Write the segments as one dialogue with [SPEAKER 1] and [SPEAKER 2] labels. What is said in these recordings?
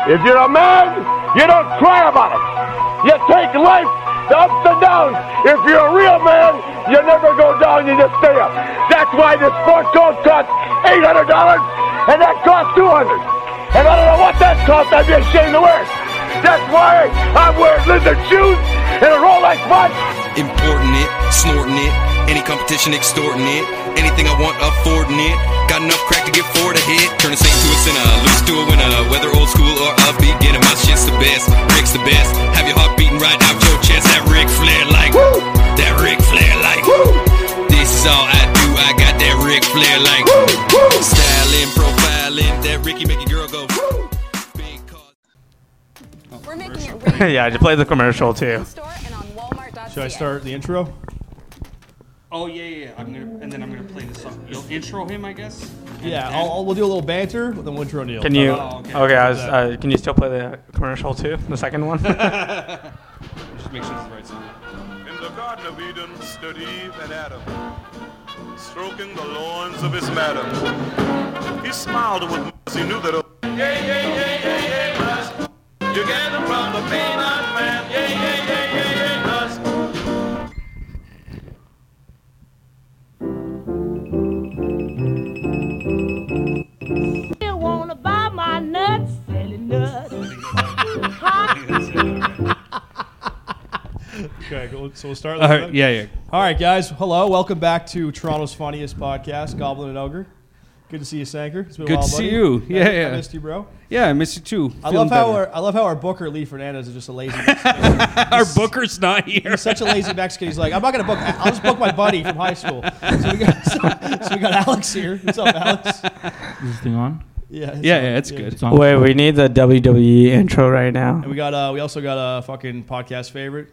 [SPEAKER 1] If you're a man, you don't cry about it. You take life, the ups and downs. If you're a real man, you never go down, you just stay up. That's why this sport coat costs $800 and that costs 200 And I don't know what that costs, I'd be ashamed to wear it. That's why I'm wearing lizard shoes and a Rolex watch.
[SPEAKER 2] Importing it, snorting it, any competition extorting it, anything I want affording it. Got enough crack to get four to hit. Turn a saint to a sinner, lose to a winner. Whether old school or upbeat, getting my shit's the best. Rick's the best. Have your heart beating right out your chest. That Rick Flair like,
[SPEAKER 1] Woo!
[SPEAKER 2] that Rick Flair like. This is all I do. I got that Rick Flair like. Styling, profiling, that Ricky make a girl go. Woo! Big cause.
[SPEAKER 3] We're making it really
[SPEAKER 4] yeah, just play the commercial too.
[SPEAKER 3] store and on Walmart.ca.
[SPEAKER 5] Should I start the intro?
[SPEAKER 6] Oh yeah, yeah. yeah. I'm gonna, and then I'm gonna play the song. You'll intro him, I guess. And
[SPEAKER 5] Yeah,
[SPEAKER 6] then-
[SPEAKER 5] I'll, I'll- we'll do a little banter, then we'll intro Neil.
[SPEAKER 4] Can you?
[SPEAKER 6] Oh,
[SPEAKER 4] okay,
[SPEAKER 6] okay.
[SPEAKER 4] I was, uh, can you still play the commercial too? The second one.
[SPEAKER 6] just make sure it's the right song.
[SPEAKER 7] In the Garden of Eden stood Eve and Adam, stroking the loins of his madam. He smiled with as he knew that. a- Yeah, yeah, yeah, yeah, yeah, lust. You get it from the peanut man. Yeah, yeah, yeah, yeah, yeah, lust.
[SPEAKER 8] You wanna buy my nuts, selling nuts.
[SPEAKER 5] Okay, go, so we'll start.
[SPEAKER 6] All right. Yeah, yeah.
[SPEAKER 5] All right, guys. Hello, welcome back to Toronto's funniest podcast, Goblin and Ogre. Good to see you, Sanker. It's been
[SPEAKER 6] Good
[SPEAKER 5] a while,
[SPEAKER 6] to see
[SPEAKER 5] buddy.
[SPEAKER 6] you. Yeah,
[SPEAKER 5] I,
[SPEAKER 6] yeah.
[SPEAKER 5] I missed you, bro.
[SPEAKER 6] Yeah, I miss you too.
[SPEAKER 5] I love how our I love how our booker Lee Fernandez is just a lazy.
[SPEAKER 6] our Booker's not here.
[SPEAKER 5] such a lazy Mexican. He's like, I'm not gonna book. I'll just book my buddy from high school. So we got, so, so we got Alex here. What's up, Alex?
[SPEAKER 9] Is this thing on?
[SPEAKER 5] Yeah.
[SPEAKER 6] Yeah, yeah, it's good.
[SPEAKER 9] It's on.
[SPEAKER 4] Wait, we need the WWE intro right now.
[SPEAKER 5] And we got uh, we also got a fucking podcast favorite,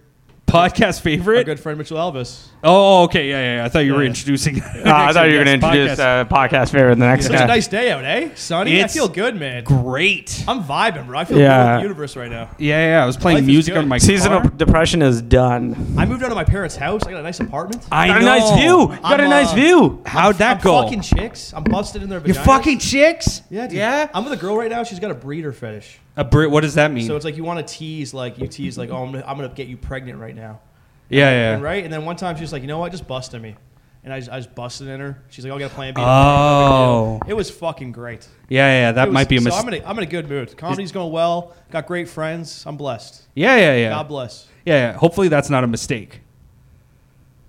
[SPEAKER 6] Podcast
[SPEAKER 5] our
[SPEAKER 6] favorite.
[SPEAKER 5] Oh, good friend Mitchell Elvis.
[SPEAKER 6] Oh, okay. Yeah, yeah. yeah. I thought you were
[SPEAKER 5] Yeah.
[SPEAKER 6] introducing.
[SPEAKER 4] Uh, I thought you were going to introduce
[SPEAKER 6] Podcast.
[SPEAKER 4] uh, podcast favorite the next
[SPEAKER 5] Such
[SPEAKER 4] guy.
[SPEAKER 5] a nice day out, eh? Sunny.
[SPEAKER 6] It's
[SPEAKER 5] I feel good, man.
[SPEAKER 6] Great.
[SPEAKER 5] I'm vibing, bro. I feel
[SPEAKER 4] Yeah.
[SPEAKER 5] good in the universe right now.
[SPEAKER 6] Yeah, yeah. I was playing
[SPEAKER 5] Life is
[SPEAKER 6] music
[SPEAKER 5] good.
[SPEAKER 6] on my
[SPEAKER 4] Seasonal
[SPEAKER 6] Car.
[SPEAKER 4] depression is done.
[SPEAKER 5] I moved out of my parents' house. I got a nice apartment.
[SPEAKER 6] I
[SPEAKER 4] Got a
[SPEAKER 6] know.
[SPEAKER 4] nice view. Got a
[SPEAKER 5] I'm,
[SPEAKER 4] nice
[SPEAKER 5] uh,
[SPEAKER 4] view.
[SPEAKER 6] How'd that
[SPEAKER 5] I'm
[SPEAKER 6] go?
[SPEAKER 5] fucking chicks. I'm busted in their
[SPEAKER 6] You're
[SPEAKER 5] vaginas.
[SPEAKER 6] fucking chicks.
[SPEAKER 5] Yeah, dude.
[SPEAKER 6] Yeah.
[SPEAKER 5] I'm with a girl right now. She's got a breeder fetish.
[SPEAKER 6] A Brit. What does that mean?
[SPEAKER 5] So it's like you want to tease, like you tease, like oh, I'm gonna, I'm gonna get you pregnant right now,
[SPEAKER 6] yeah, yeah.
[SPEAKER 5] and right? And then one time she's like, you know what? Just bust in me, and I just, I just busted in her. She's like, I'll get a plan B.
[SPEAKER 6] Oh.
[SPEAKER 5] It was fucking great.
[SPEAKER 6] Yeah, yeah. That
[SPEAKER 5] It was-
[SPEAKER 6] might be a
[SPEAKER 5] so
[SPEAKER 6] mistake.
[SPEAKER 5] I'm in a, I'm in a good mood. Comedy's going well. Got great friends. I'm blessed.
[SPEAKER 6] yeah, yeah, yeah.
[SPEAKER 5] God bless.
[SPEAKER 6] Yeah, yeah. Hopefully that's not a mistake.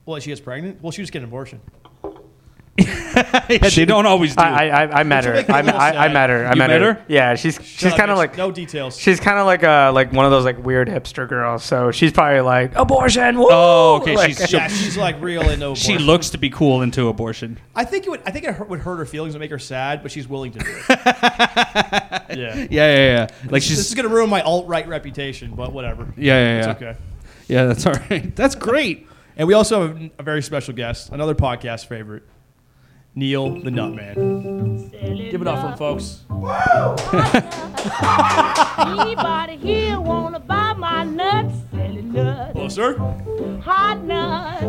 [SPEAKER 5] Well, she gets pregnant. Well, she just get an abortion.
[SPEAKER 6] yeah, they don't always do.
[SPEAKER 4] I, I, I- I met her.
[SPEAKER 5] make it a
[SPEAKER 4] I,
[SPEAKER 5] little
[SPEAKER 4] I, I
[SPEAKER 5] sad.
[SPEAKER 4] met her. I
[SPEAKER 6] You
[SPEAKER 4] met,
[SPEAKER 6] met
[SPEAKER 4] her.
[SPEAKER 6] her?
[SPEAKER 4] Yeah, she's she's
[SPEAKER 5] Shut up,
[SPEAKER 4] kind of
[SPEAKER 5] bitch.
[SPEAKER 4] like
[SPEAKER 5] no details.
[SPEAKER 4] she's kind of like uh like one of those like weird hipster girls. So she's probably like abortion. Woo!
[SPEAKER 6] Oh, okay,
[SPEAKER 4] Like,
[SPEAKER 6] she's-
[SPEAKER 5] yeah, she's like real into
[SPEAKER 6] she
[SPEAKER 5] abortion.
[SPEAKER 6] looks to be cool into abortion.
[SPEAKER 5] I think it would. I think it hurt, would hurt her feelings and make her sad, but she's willing to do it. yeah.
[SPEAKER 6] Yeah, yeah, yeah. Like she's.
[SPEAKER 5] This is gonna ruin my alt right reputation, but whatever.
[SPEAKER 6] yeah, yeah, yeah.
[SPEAKER 5] It's okay.
[SPEAKER 6] Yeah, that's all right. That's great.
[SPEAKER 5] And we also have a very special guest, another podcast favorite, Neil the Nutman. Give it up for him, folks.
[SPEAKER 8] Anybody here wanna buy my nuts, selling nuts.
[SPEAKER 5] Hello, sir.
[SPEAKER 8] Hot nuts.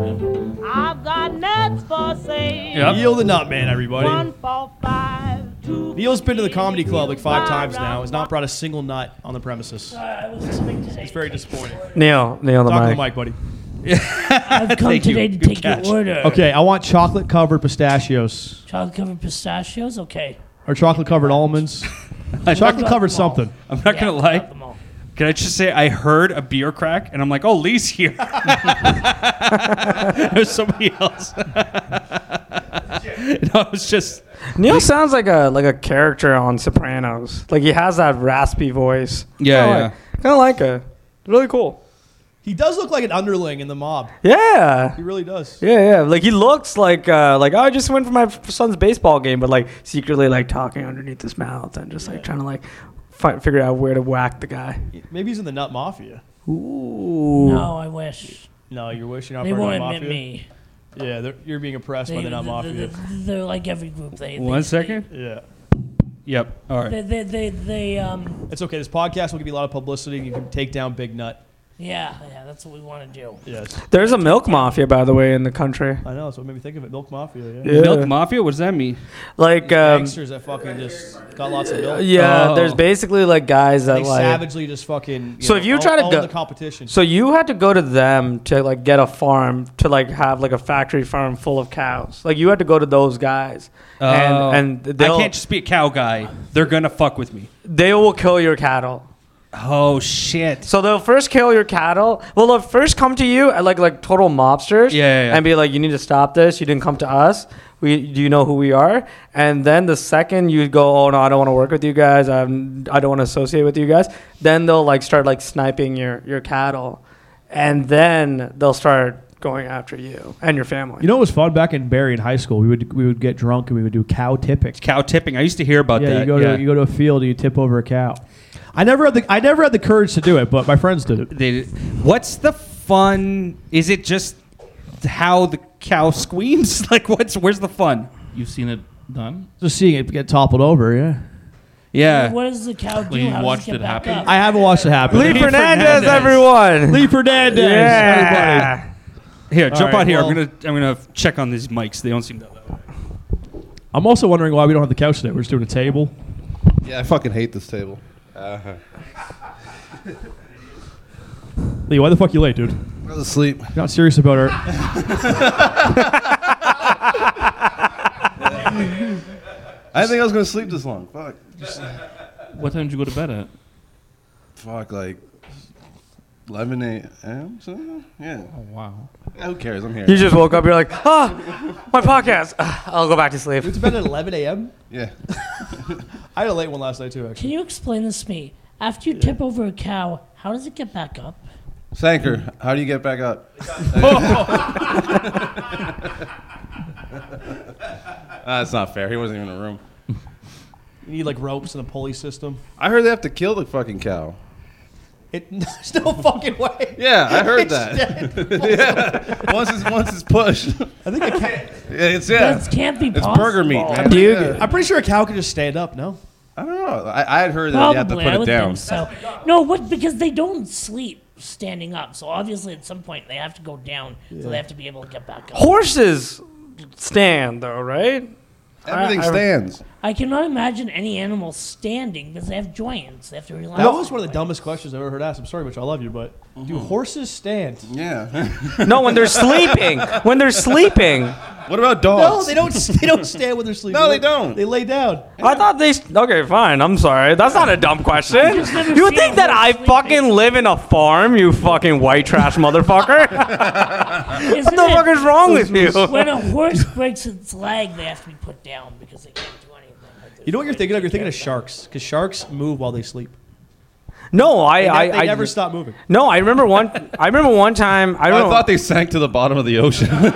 [SPEAKER 8] I've got nuts for sale.
[SPEAKER 6] Yep.
[SPEAKER 5] Neil the Nutman, everybody.
[SPEAKER 8] One for five, two.
[SPEAKER 5] Neil's been to the comedy club like five
[SPEAKER 8] five
[SPEAKER 5] times now. Has not brought a single nut on the premises.
[SPEAKER 9] Uh,
[SPEAKER 5] It's very disappointing.
[SPEAKER 4] Neil, Neil the
[SPEAKER 5] Talk to the
[SPEAKER 4] mic.
[SPEAKER 5] mic, buddy.
[SPEAKER 9] I've come
[SPEAKER 6] Thank you.
[SPEAKER 9] today to
[SPEAKER 6] Good
[SPEAKER 9] take
[SPEAKER 6] catch.
[SPEAKER 9] your order.
[SPEAKER 5] Okay, I want chocolate covered pistachios
[SPEAKER 9] Chocolate covered pistachios. Okay.
[SPEAKER 5] or chocolate covered almonds.
[SPEAKER 6] I'm not,
[SPEAKER 5] Chocolate covered something.
[SPEAKER 6] I'm not
[SPEAKER 9] Yeah,
[SPEAKER 6] gonna
[SPEAKER 9] I got
[SPEAKER 6] lie.
[SPEAKER 9] them all.
[SPEAKER 6] Can I just say I heard a beer crack and I'm like, oh, Lee's here. There's somebody else. no, it was just.
[SPEAKER 4] Neil sounds like a like a character on Sopranos. Like he has that raspy voice.
[SPEAKER 6] Yeah,
[SPEAKER 4] kinda Like, kind of like a really cool.
[SPEAKER 5] He does look like an underling in the mob.
[SPEAKER 4] Yeah.
[SPEAKER 5] He really does.
[SPEAKER 4] Yeah, yeah. Like he looks like uh, like I just went for my f- son's baseball game, but like secretly like talking underneath his mouth and just like trying to like fi- figure out where to whack the guy.
[SPEAKER 5] Maybe he's in the nut mafia.
[SPEAKER 4] Ooh.
[SPEAKER 9] No, I wish
[SPEAKER 5] No, you're wishing out
[SPEAKER 9] they
[SPEAKER 5] for the nut
[SPEAKER 9] won't
[SPEAKER 5] mafia.
[SPEAKER 9] admit me.
[SPEAKER 5] Yeah, they're, you're being oppressed
[SPEAKER 9] They,
[SPEAKER 5] by the nut mafia.
[SPEAKER 9] are like every group. They
[SPEAKER 6] One
[SPEAKER 9] they,
[SPEAKER 6] second.
[SPEAKER 5] Yeah,
[SPEAKER 6] Yep. All right.
[SPEAKER 9] They, they, they, they, um.
[SPEAKER 5] it's okay. This podcast will give you a lot of publicity. and You can take down Big Nut.
[SPEAKER 9] Yeah, yeah, that's what we want to do.
[SPEAKER 5] Yes.
[SPEAKER 4] There's a milk mafia, by the way, in the country.
[SPEAKER 5] I know. That's what made me think of it. Milk Mafia. Yeah.
[SPEAKER 4] Yeah.
[SPEAKER 2] Milk Mafia? What does that mean?
[SPEAKER 4] Like, um,
[SPEAKER 5] Gangsters that fucking just got lots of milk.
[SPEAKER 4] yeah,
[SPEAKER 2] Oh.
[SPEAKER 4] there's basically like guys that
[SPEAKER 5] They
[SPEAKER 4] like.
[SPEAKER 5] savagely just fucking.
[SPEAKER 4] So
[SPEAKER 5] know,
[SPEAKER 4] if you
[SPEAKER 5] own-
[SPEAKER 4] try to
[SPEAKER 5] own
[SPEAKER 4] go-
[SPEAKER 5] the competition,
[SPEAKER 4] So you had to go to them to like get a farm to like have like a factory farm full of cows. Like you had to go to those guys,
[SPEAKER 6] Uh,
[SPEAKER 2] Oh.
[SPEAKER 4] and and
[SPEAKER 2] I
[SPEAKER 4] they'll
[SPEAKER 2] can't just be a cow guy. They're gonna fuck with me.
[SPEAKER 4] they will kill your cattle.
[SPEAKER 2] Oh shit!
[SPEAKER 4] So they'll first kill your cattle. Well, they'll first come to you at like like total mobsters.
[SPEAKER 2] Yeah, yeah, yeah.
[SPEAKER 4] And be like, you need to stop this. You didn't come to us. We, do you know who we are? And then the second you go, oh no, I don't want to work with you guys. I'm, I don't want to associate with you guys. Then they'll like start like sniping your your cattle, and then they'll start going after you and your family.
[SPEAKER 5] you know, it was fun back in Barry in high school. We would we would get drunk and we would do cow tipping.
[SPEAKER 2] Cow tipping. I used to hear about
[SPEAKER 5] Yeah,
[SPEAKER 2] that.
[SPEAKER 5] you go
[SPEAKER 2] yeah.
[SPEAKER 5] to you go to a field and you tip over a cow. I never had the I never had the courage to do it, but my friends did it.
[SPEAKER 2] They- what's the fun? Is it just how the cow squeams? Like, what's where's the fun?
[SPEAKER 10] You've seen it done.
[SPEAKER 5] Just seeing it get toppled over, yeah.
[SPEAKER 2] Yeah.
[SPEAKER 9] What does the cow do?
[SPEAKER 10] you
[SPEAKER 9] How does
[SPEAKER 10] watched
[SPEAKER 9] get
[SPEAKER 10] it
[SPEAKER 9] back
[SPEAKER 10] happen?
[SPEAKER 9] up?
[SPEAKER 5] I haven't watched it happen.
[SPEAKER 4] Lee
[SPEAKER 10] Fernandez,
[SPEAKER 4] Fernandez, everyone.
[SPEAKER 5] Lee Fernandez, everybody.
[SPEAKER 4] yeah.
[SPEAKER 2] Here, jump
[SPEAKER 5] right,
[SPEAKER 2] out here.
[SPEAKER 5] well-
[SPEAKER 2] I'm gonna I'm gonna check on these mics. They don't seem that. loud.
[SPEAKER 5] I'm also wondering why we don't have the couch today. We're just doing a table.
[SPEAKER 11] Yeah, I fucking hate this table. Uh-huh.
[SPEAKER 5] Lee, why the fuck you late, dude?
[SPEAKER 11] I was asleep.
[SPEAKER 5] You're not serious about our.
[SPEAKER 11] I didn't think I was gonna sleep this long. Fuck.
[SPEAKER 10] What time did you go to bed at?
[SPEAKER 11] Fuck, like 11 a.m. something? Yeah.
[SPEAKER 10] Oh wow.
[SPEAKER 11] Yeah, Who cares? I'm here.
[SPEAKER 4] You just woke up. You're like, ah, my podcast. Ah, I'll go back to sleep.
[SPEAKER 5] It's been at 11 a.m.
[SPEAKER 11] Yeah.
[SPEAKER 5] I had a late one last night too, actually.
[SPEAKER 9] Can you explain this to me? After you tip over a cow, how does it get back up?
[SPEAKER 11] Sanker, how do you get back up? Ah, That's not fair. He wasn't even in the room.
[SPEAKER 5] You need like ropes and a pulley system.
[SPEAKER 11] I heard they have to kill the fucking cow.
[SPEAKER 5] It, there's no fucking way.
[SPEAKER 11] Yeah, I heard
[SPEAKER 5] It's
[SPEAKER 11] that. yeah. Once it's once it's pushed.
[SPEAKER 5] I think a cow,
[SPEAKER 11] Yeah, It's yeah.
[SPEAKER 9] That can't be
[SPEAKER 11] It's
[SPEAKER 9] possible.
[SPEAKER 11] burger meat, man.
[SPEAKER 4] Dude.
[SPEAKER 11] Yeah.
[SPEAKER 5] I'm pretty sure a cow can just stand up. No,
[SPEAKER 11] I don't know. I, I had heard that
[SPEAKER 9] Probably,
[SPEAKER 11] you have to put
[SPEAKER 9] I
[SPEAKER 11] it
[SPEAKER 9] would
[SPEAKER 11] down.
[SPEAKER 9] think so. No, what? Because they don't sleep standing up, so obviously at some point they have to go down, so they have to be able to get back up.
[SPEAKER 4] horses stand though, right?
[SPEAKER 11] Everything
[SPEAKER 4] I- I-
[SPEAKER 11] stands.
[SPEAKER 9] I cannot imagine any animal standing because they have joints. They have to rely.
[SPEAKER 5] that
[SPEAKER 9] on
[SPEAKER 5] was one of the dumbest questions I've ever heard asked. I'm sorry, which I love you, but do horses stand?
[SPEAKER 11] Mm-hmm. Yeah.
[SPEAKER 4] No, when they're sleeping. When they're sleeping.
[SPEAKER 11] what about
[SPEAKER 5] No,
[SPEAKER 11] dogs?
[SPEAKER 5] they don't. They don't stand when they're sleeping.
[SPEAKER 11] No, they don't.
[SPEAKER 5] They lay down.
[SPEAKER 4] I thought they. Okay, fine. I'm sorry. That's not a dumb question.
[SPEAKER 9] never
[SPEAKER 4] You
[SPEAKER 9] seen
[SPEAKER 4] think
[SPEAKER 9] a
[SPEAKER 4] that I
[SPEAKER 9] horse
[SPEAKER 4] fucking live in a farm, you fucking white trash motherfucker?
[SPEAKER 9] Isn't
[SPEAKER 4] what the
[SPEAKER 9] it-
[SPEAKER 4] fuck is wrong with you?
[SPEAKER 9] When a horse breaks its leg, they have to be put down because they can't do anything.
[SPEAKER 5] You know what you're thinking of? You're thinking of sharks, because sharks move while they sleep.
[SPEAKER 4] No, I,
[SPEAKER 5] They,
[SPEAKER 4] I,
[SPEAKER 5] ne- they
[SPEAKER 4] I
[SPEAKER 5] never stop moving.
[SPEAKER 4] No, I remember one. I remember one time. I,
[SPEAKER 11] I
[SPEAKER 4] remember,
[SPEAKER 11] thought they sank to the bottom of the ocean and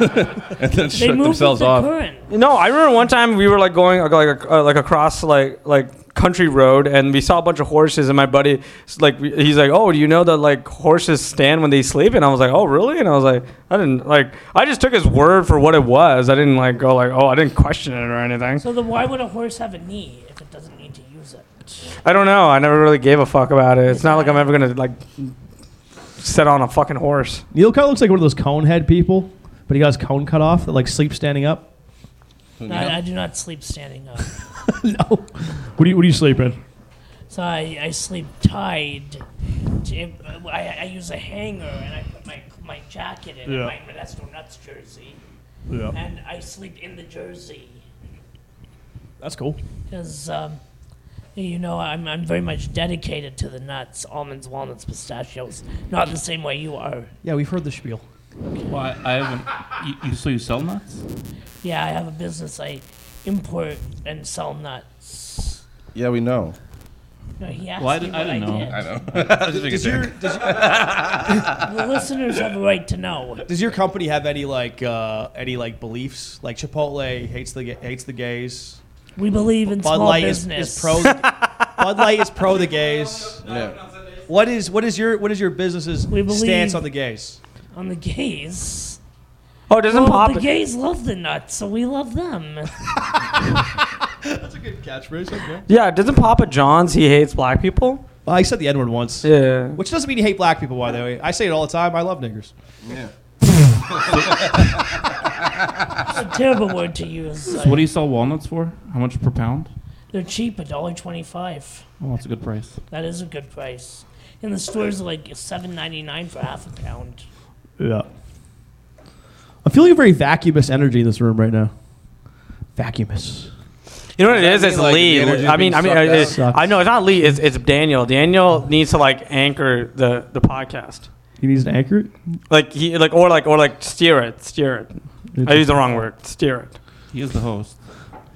[SPEAKER 11] then
[SPEAKER 9] They
[SPEAKER 11] shut
[SPEAKER 9] move
[SPEAKER 11] themselves
[SPEAKER 9] with the
[SPEAKER 11] off.
[SPEAKER 9] current.
[SPEAKER 4] No, I remember one time we were like going uh, like uh, like across like like country road, and we saw a bunch of horses. And my buddy, s- like we- he's like, "Oh, do you know that like horses stand when they sleep?" And I was like, "Oh, really?" And I was like, "I didn't like. I just took his word for what it was. I didn't like go like, oh, I didn't question it or anything.
[SPEAKER 9] So then, why would a horse have a knee if it doesn't need to use it?
[SPEAKER 4] I don't know. I never really gave a fuck about it. It's not like I'm ever gonna like sit on a fucking horse.
[SPEAKER 5] Neil kind of looks like one of those cone head people, but he got his cone cut off that like sleeps standing up.
[SPEAKER 9] No, I, I do not sleep standing up.
[SPEAKER 5] no. What do you What do you sleep in?
[SPEAKER 9] So I, I sleep tied. To, I, I use a hanger and I put my, my jacket in
[SPEAKER 5] Yeah.
[SPEAKER 9] my Modesto Nuts jersey.
[SPEAKER 5] Yeah,
[SPEAKER 9] And I sleep in the jersey
[SPEAKER 5] that's cool.
[SPEAKER 9] because, um, you know, I'm, I'm very much dedicated to the nuts, almonds, walnuts, pistachios. Not the same way you are.
[SPEAKER 5] Yeah, we've heard the spiel.
[SPEAKER 10] Well, I, I haven't. You, you so you sell nuts?
[SPEAKER 9] Yeah, I have a business. I import and sell nuts.
[SPEAKER 11] Yeah, we know.
[SPEAKER 9] No, he asked
[SPEAKER 10] Well, I
[SPEAKER 9] me
[SPEAKER 10] didn't- I
[SPEAKER 9] what I,
[SPEAKER 10] didn't know.
[SPEAKER 9] did.
[SPEAKER 11] I know. I was just making sure.
[SPEAKER 9] The listeners have a right to know.
[SPEAKER 5] Does your company have any like uh, any like beliefs? Like Chipotle hates the ga- hates the gays.
[SPEAKER 9] We believe in
[SPEAKER 5] Bud
[SPEAKER 9] small
[SPEAKER 5] Light is,
[SPEAKER 9] business.
[SPEAKER 5] is pro. Bud Light is pro the gays.
[SPEAKER 11] Yeah.
[SPEAKER 5] What is what is your what is your business's
[SPEAKER 9] We believe-
[SPEAKER 5] stance on the gays?
[SPEAKER 9] on the gays.
[SPEAKER 4] Oh, doesn't
[SPEAKER 9] Well,
[SPEAKER 4] pop.
[SPEAKER 9] the gays love the nuts, so we love them.
[SPEAKER 5] That's a good catchphrase. Okay.
[SPEAKER 4] yeah, doesn't Papa John's he hates black people?
[SPEAKER 5] I said the N word once.
[SPEAKER 4] Yeah.
[SPEAKER 5] Which doesn't mean you hate black people, by the way. I say it all the time. I love niggers.
[SPEAKER 11] Yeah.
[SPEAKER 9] It's a terrible word to use.
[SPEAKER 10] So what do you sell walnuts for? How much per pound?
[SPEAKER 9] They're cheap, a dollar twenty-five.
[SPEAKER 10] Oh, that's a good price.
[SPEAKER 9] That is a good price. And the stores are like seven ninety-nine for half a pound.
[SPEAKER 5] Yeah. I'm feeling a very vacuumous energy in this room right now. Vacuumous.
[SPEAKER 4] You know what it is? It's
[SPEAKER 5] mean, like,
[SPEAKER 4] Lee.
[SPEAKER 5] the energy's
[SPEAKER 4] I mean,
[SPEAKER 5] being
[SPEAKER 4] I mean,
[SPEAKER 5] sucked
[SPEAKER 4] uh,
[SPEAKER 5] out?
[SPEAKER 4] it-
[SPEAKER 5] Sucks.
[SPEAKER 4] I know it's not Lee. It's, it's Daniel. Daniel needs to like anchor the the podcast,
[SPEAKER 5] He needs to anchor it.
[SPEAKER 4] like he like or like or like steer it, steer it. I used the wrong word. Steer it.
[SPEAKER 10] He is the host.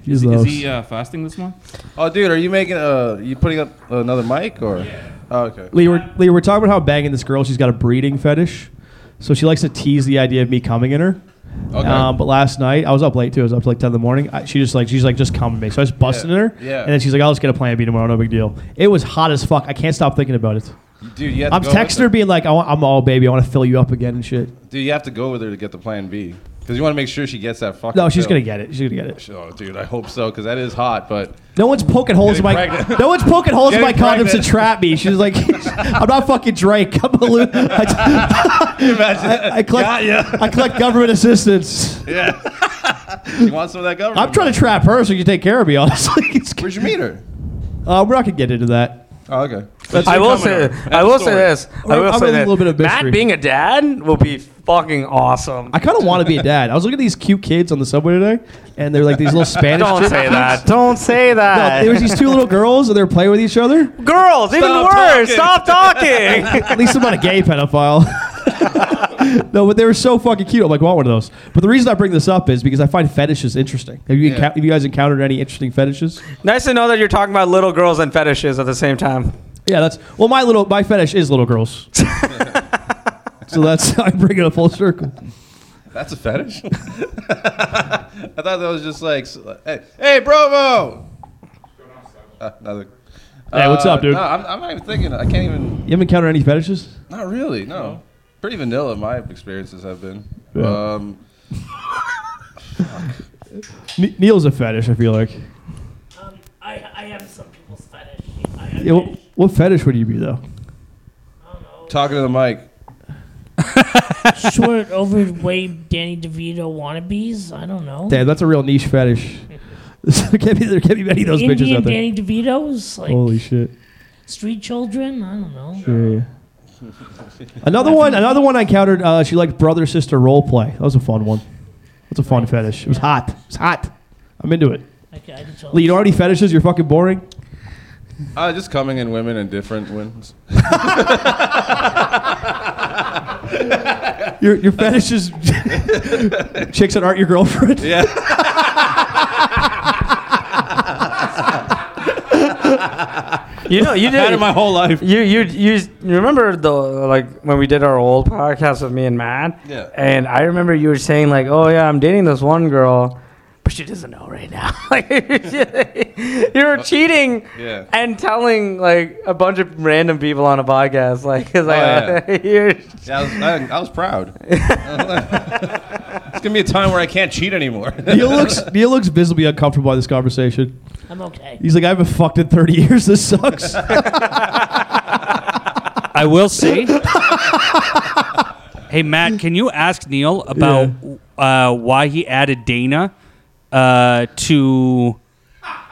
[SPEAKER 5] He's
[SPEAKER 10] is,
[SPEAKER 5] the
[SPEAKER 10] is
[SPEAKER 5] host.
[SPEAKER 10] he uh, fasting this month?
[SPEAKER 11] Oh, dude, are you making uh, you putting up another mic or? Oh, okay.
[SPEAKER 5] Lee, we're, Lee, we're talking about how banging this girl. She's got a breeding fetish, so she likes to tease the idea of me coming in her.
[SPEAKER 11] Okay.
[SPEAKER 5] Um, but last night I was up late too. I was up till like ten in the morning. I, she just like she's like just come to me. So I just busted
[SPEAKER 11] Yeah.
[SPEAKER 5] in her.
[SPEAKER 11] Yeah.
[SPEAKER 5] And then she's like, I'll just get a plan B tomorrow. No big deal. It was hot as fuck. I can't stop thinking about it.
[SPEAKER 11] Dude, you have to
[SPEAKER 5] I'm
[SPEAKER 11] go with
[SPEAKER 5] texting
[SPEAKER 11] it.
[SPEAKER 5] her, being like, I want, I'm all baby. I want to fill you up again and shit.
[SPEAKER 11] Dude, you have to go with her to get the plan B because you want to make sure she gets that fucking.
[SPEAKER 5] No, she's
[SPEAKER 11] pill.
[SPEAKER 5] gonna get it. She's gonna get it.
[SPEAKER 11] Oh, dude, I hope so because that is hot. But
[SPEAKER 5] No one's poking holes in my.
[SPEAKER 11] Getting pregnant.
[SPEAKER 5] No one's poking holes in my
[SPEAKER 11] Getting
[SPEAKER 5] condoms to
[SPEAKER 11] pregnant.
[SPEAKER 5] trap me. She's like, I'm not fucking Drake. I'm a lo- I, I, I collect.
[SPEAKER 11] Got ya.
[SPEAKER 5] I collect government assistance.
[SPEAKER 11] yeah, she wants some of that government.
[SPEAKER 5] I'm trying to trap her so you can take care of me. Honestly, it's,
[SPEAKER 11] Where'd you meet her?
[SPEAKER 5] uh, we're not gonna get into that.
[SPEAKER 11] Oh, okay.
[SPEAKER 4] I will say. I will say this. I
[SPEAKER 5] I'm
[SPEAKER 4] will
[SPEAKER 5] a
[SPEAKER 4] say this.
[SPEAKER 5] little bit of mystery.
[SPEAKER 4] Matt being a dad will be fucking awesome.
[SPEAKER 5] I kind of want to be a dad. I was looking at these cute kids on the subway today, and they're like these little Spanish.
[SPEAKER 4] Don't say
[SPEAKER 5] chipmunks.
[SPEAKER 4] that. Don't say
[SPEAKER 5] No,
[SPEAKER 4] that.
[SPEAKER 5] there was these two little girls, and they were playing with each other.
[SPEAKER 4] girls. even worse. Stop talking.
[SPEAKER 5] At least I'm not a gay pedophile. no, but they were so fucking cute. I'm like, want one of those. But the reason I bring this up is because I find fetishes interesting. Have you,
[SPEAKER 11] Yeah.
[SPEAKER 5] encou- have you guys encountered any interesting fetishes?
[SPEAKER 4] nice to know that you're talking about little girls and fetishes at the same time.
[SPEAKER 5] Yeah, that's well. My little my fetish is little girls. so that's how I bring it a full circle.
[SPEAKER 11] That's a fetish. I thought that was just like, s- hey, hey, Bravo. Uh, nothing.
[SPEAKER 5] Hey, what's
[SPEAKER 11] Uh,
[SPEAKER 5] up, dude?
[SPEAKER 11] No, I'm, I'm not even thinking. I can't even.
[SPEAKER 5] You haven't encountered any fetishes?
[SPEAKER 11] Not really. No. Pretty vanilla. My experiences have been.
[SPEAKER 5] Yeah.
[SPEAKER 11] Um,
[SPEAKER 5] Ne- Neil's a fetish. I feel like.
[SPEAKER 9] Um, I, I have some people's fetish. I, I,
[SPEAKER 5] Yeah, what, what fetish would you be though?
[SPEAKER 11] talking to the mic.
[SPEAKER 9] short, overweight Danny DeVito wannabes. I don't know.
[SPEAKER 5] Damn, that's a real niche fetish. there can't be there can't be many of those bitches
[SPEAKER 9] Indian
[SPEAKER 5] out there.
[SPEAKER 9] Danny DeVitos, like
[SPEAKER 5] Holy shit!
[SPEAKER 9] street children. I don't know.
[SPEAKER 5] Yeah, yeah. Another one, another one I encountered. Uh, she liked brother sister role play. That was a fun one. That's a fun fetish. It was hot. It's hot. I'm into it.
[SPEAKER 9] Okay, I can tell.
[SPEAKER 5] Lee, you don't have any fetishes? You're fucking boring.
[SPEAKER 11] Uh, just coming in women and different ones.
[SPEAKER 5] Your your fetish is chicks that aren't your girlfriend.
[SPEAKER 11] Yeah.
[SPEAKER 4] You know, you did
[SPEAKER 11] Had it my whole life.
[SPEAKER 4] You you you you remember the like when we did our old podcast with me and Matt?
[SPEAKER 11] Yeah.
[SPEAKER 4] And I remember you were saying like, "Oh yeah, I'm dating this one girl, but she doesn't know right now." Like you were cheating
[SPEAKER 11] Uh, yeah.
[SPEAKER 4] and telling like a bunch of random people on a podcast like,
[SPEAKER 12] Oh,
[SPEAKER 4] it's like uh,
[SPEAKER 11] yeah.
[SPEAKER 4] you're-
[SPEAKER 11] Yeah, I was, I, I was proud. it's gonna be a time where I can't cheat anymore.
[SPEAKER 5] Neil looks Neil looks visibly uncomfortable by this conversation.
[SPEAKER 9] I'm okay.
[SPEAKER 5] He's like, I haven't fucked in 30 years. This sucks.
[SPEAKER 12] I will say. hey Matt, can you ask Neil about uh, why he added Dana uh, to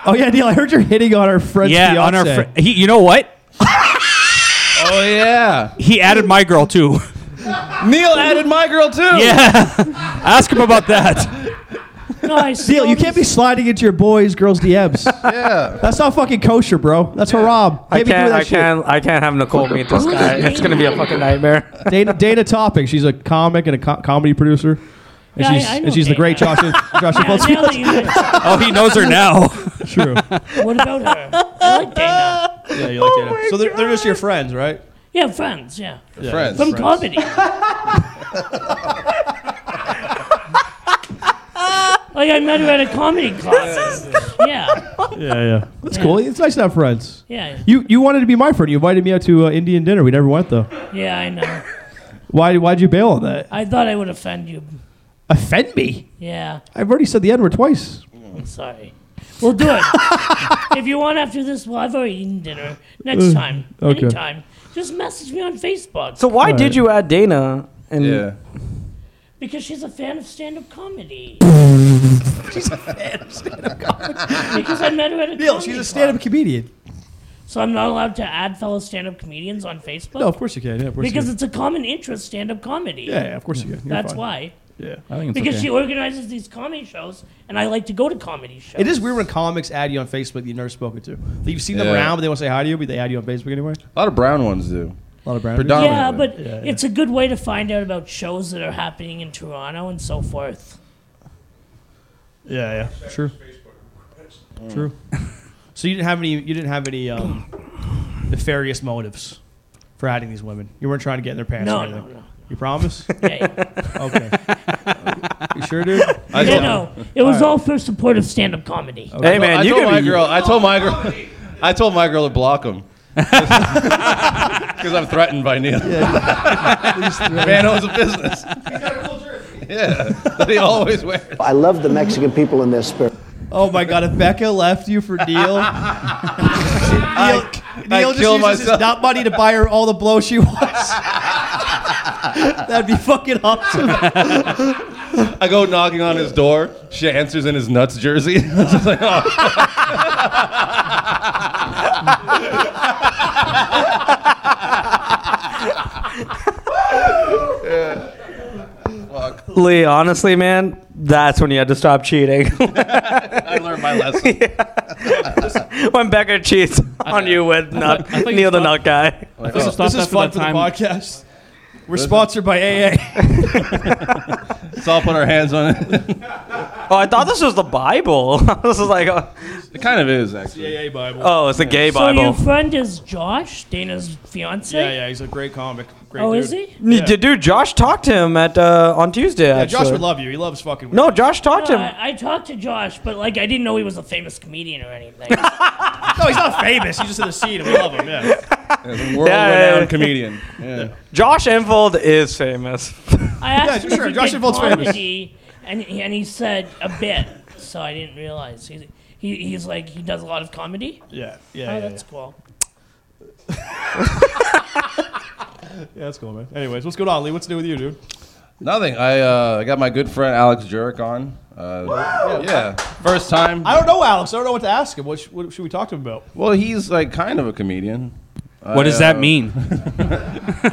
[SPEAKER 5] oh yeah, Neil, I heard you're hitting on our friend's
[SPEAKER 12] yeah on our
[SPEAKER 5] fiance.
[SPEAKER 12] fr- he, you know what
[SPEAKER 11] oh yeah.
[SPEAKER 12] he added my girl too
[SPEAKER 11] Neil added my girl too.
[SPEAKER 12] yeah ask him about that
[SPEAKER 9] No, I
[SPEAKER 5] Neil,
[SPEAKER 9] still
[SPEAKER 5] you can't be sliding into your boys, girls DMs.
[SPEAKER 11] Yeah.
[SPEAKER 5] That's not fucking kosher, bro. That's haram.
[SPEAKER 4] I
[SPEAKER 5] Can't be doing
[SPEAKER 4] can't
[SPEAKER 5] that
[SPEAKER 4] I
[SPEAKER 5] shit.
[SPEAKER 4] can't I can't have Nicole meet this guy. It's gonna be a fucking nightmare.
[SPEAKER 5] Dana, Dana Topic. She's a comic and a co- comedy producer. And
[SPEAKER 9] Yeah, I-
[SPEAKER 5] she's,
[SPEAKER 9] I know
[SPEAKER 5] and she's the
[SPEAKER 9] Dana.
[SPEAKER 5] great Joshua, Joshua
[SPEAKER 9] Yeah, now that you mention
[SPEAKER 12] oh he knows her now
[SPEAKER 5] It's True.
[SPEAKER 9] it, what about her? I like Dana.
[SPEAKER 5] Yeah, you like
[SPEAKER 9] Oh
[SPEAKER 5] Dana. So they're, they're just your friends, right?
[SPEAKER 9] Yeah, friends. Yeah,
[SPEAKER 11] Friends.
[SPEAKER 9] from comedy. like I met her at a comedy class. yeah,
[SPEAKER 5] Yeah, yeah. That's cool. It's nice to have friends.
[SPEAKER 9] yeah,
[SPEAKER 5] You you wanted to be my friend. You invited me out to uh, Indian dinner. We never went though.
[SPEAKER 9] yeah. I know.
[SPEAKER 5] Why why'd you bail on that?
[SPEAKER 9] I thought I would offend you.
[SPEAKER 5] Offend me?
[SPEAKER 9] Yeah,
[SPEAKER 5] I've already said the N word twice.
[SPEAKER 9] I'm sorry. We'll do it. if you want after this, well, I've already eaten dinner. Next
[SPEAKER 13] Mm,
[SPEAKER 4] Uh,
[SPEAKER 9] time,
[SPEAKER 4] okay.
[SPEAKER 9] anytime, just message me on Facebook.
[SPEAKER 4] So why
[SPEAKER 9] Alright.
[SPEAKER 4] did you add Dana? And yeah.
[SPEAKER 9] Because she's a fan of stand-up comedy.
[SPEAKER 5] She's a fan of stand-up comedy.
[SPEAKER 9] because I met her at a
[SPEAKER 5] Neil,
[SPEAKER 9] comedy
[SPEAKER 5] she's a
[SPEAKER 9] club.
[SPEAKER 5] stand-up comedian.
[SPEAKER 9] So I'm not allowed to add fellow stand-up comedians on Facebook.
[SPEAKER 13] No, of course you can. Yeah, of course you
[SPEAKER 9] because
[SPEAKER 13] can.
[SPEAKER 9] it's a common interest, stand-up comedy.
[SPEAKER 13] Yeah, yeah, of course you can. You're
[SPEAKER 9] That's
[SPEAKER 13] fine.
[SPEAKER 9] why.
[SPEAKER 13] Yeah.
[SPEAKER 5] I think it's
[SPEAKER 9] because
[SPEAKER 5] okay.
[SPEAKER 9] she organizes these comedy shows, and I like to go to comedy shows.
[SPEAKER 5] It is weird when comics add you on Facebook that you've never spoken to. That You've seen them
[SPEAKER 2] Yeah.
[SPEAKER 5] around, but they won't say hi to you, but they add you on Facebook anyway.
[SPEAKER 2] A lot of brown ones do.
[SPEAKER 5] A lot of brown.
[SPEAKER 9] Yeah,
[SPEAKER 2] Predominantly.
[SPEAKER 9] but it's a good way to find out about shows that are happening in Toronto and so forth.
[SPEAKER 5] Yeah, yeah, sure, true. So you didn't have any. You didn't have any um, nefarious motives for adding these women. You weren't trying to get in their pants.
[SPEAKER 9] No,
[SPEAKER 5] or
[SPEAKER 9] no,
[SPEAKER 5] anything. You promise?
[SPEAKER 9] Yeah.
[SPEAKER 5] okay. You sure, dude?
[SPEAKER 9] I no, no, it was all for supportive stand-up comedy.
[SPEAKER 2] I told- I told my girl. I told my girl. I told my girl to block him. Because I'm threatened by Neil. Man owns a business. Yeah, that he always wears.
[SPEAKER 14] I love the Mexican people in their spirit.
[SPEAKER 5] Oh my God! If Becca left you for Neil, Neil, Neil just
[SPEAKER 14] kill
[SPEAKER 5] uses his
[SPEAKER 14] myself.
[SPEAKER 5] not money to buy her all the blow she wants. That'd be fucking awesome.
[SPEAKER 2] I go knocking on his door. She answers in his nuts jersey. It's just like, oh.
[SPEAKER 4] Lee, honestly, man, that's when you had to stop cheating.
[SPEAKER 2] I learned my lesson.
[SPEAKER 4] when Becca cheats on you with
[SPEAKER 5] I
[SPEAKER 4] nut,
[SPEAKER 5] thought- I thought you
[SPEAKER 4] Neil the
[SPEAKER 5] stopped-
[SPEAKER 4] Nut Guy.
[SPEAKER 5] This is, Oh. this is fun for the podcast. We're sponsored by AA.
[SPEAKER 2] Let's all put our hands on it.
[SPEAKER 4] Oh, I thought this was the Bible. this is like, a,
[SPEAKER 2] It kind of is actually.
[SPEAKER 5] AA Bible.
[SPEAKER 4] oh, it's the gay
[SPEAKER 9] So your
[SPEAKER 4] Bible.
[SPEAKER 9] friend is Josh, Dana's fiance.
[SPEAKER 5] Yeah, yeah, he's a great comic. Great
[SPEAKER 9] Oh,
[SPEAKER 5] dude.
[SPEAKER 9] is he?
[SPEAKER 4] N- Dude, Josh talked to him at uh, on Tuesday.
[SPEAKER 5] Yeah,
[SPEAKER 4] actually.
[SPEAKER 5] Josh would love you. He loves fucking.
[SPEAKER 4] No, Josh
[SPEAKER 9] No,
[SPEAKER 4] talked to him.
[SPEAKER 9] Oh, I, I talked to Josh, but like I didn't know he was a famous comedian or anything.
[SPEAKER 5] no, he's not famous. He's just in the scene. and We love him. Yeah.
[SPEAKER 2] World-renowned
[SPEAKER 4] Yeah.
[SPEAKER 2] comedian. Yeah.
[SPEAKER 4] Josh Enfold is famous.
[SPEAKER 9] I asked
[SPEAKER 5] Yeah,
[SPEAKER 9] him
[SPEAKER 5] sure,
[SPEAKER 9] if he
[SPEAKER 5] Josh
[SPEAKER 9] did
[SPEAKER 5] Enfolt's famous.
[SPEAKER 9] comedy, and he, and he said a bit. So I didn't realize he, he he's like he does a lot of comedy.
[SPEAKER 5] Yeah,
[SPEAKER 9] Oh,
[SPEAKER 5] yeah, yeah,
[SPEAKER 9] that's
[SPEAKER 5] yeah.
[SPEAKER 9] cool.
[SPEAKER 5] yeah, that's cool, man. Anyways, what's going on, Lee? What's new with you, dude?
[SPEAKER 2] Nothing. I uh, I got my good friend Alex Jurek on. Uh, yeah, first time.
[SPEAKER 5] I don't know, Alex. I don't know what to ask him. What, sh- what should we talk to him about?
[SPEAKER 2] Well, he's like kind of a comedian.
[SPEAKER 15] What does
[SPEAKER 12] Uh,
[SPEAKER 15] that mean?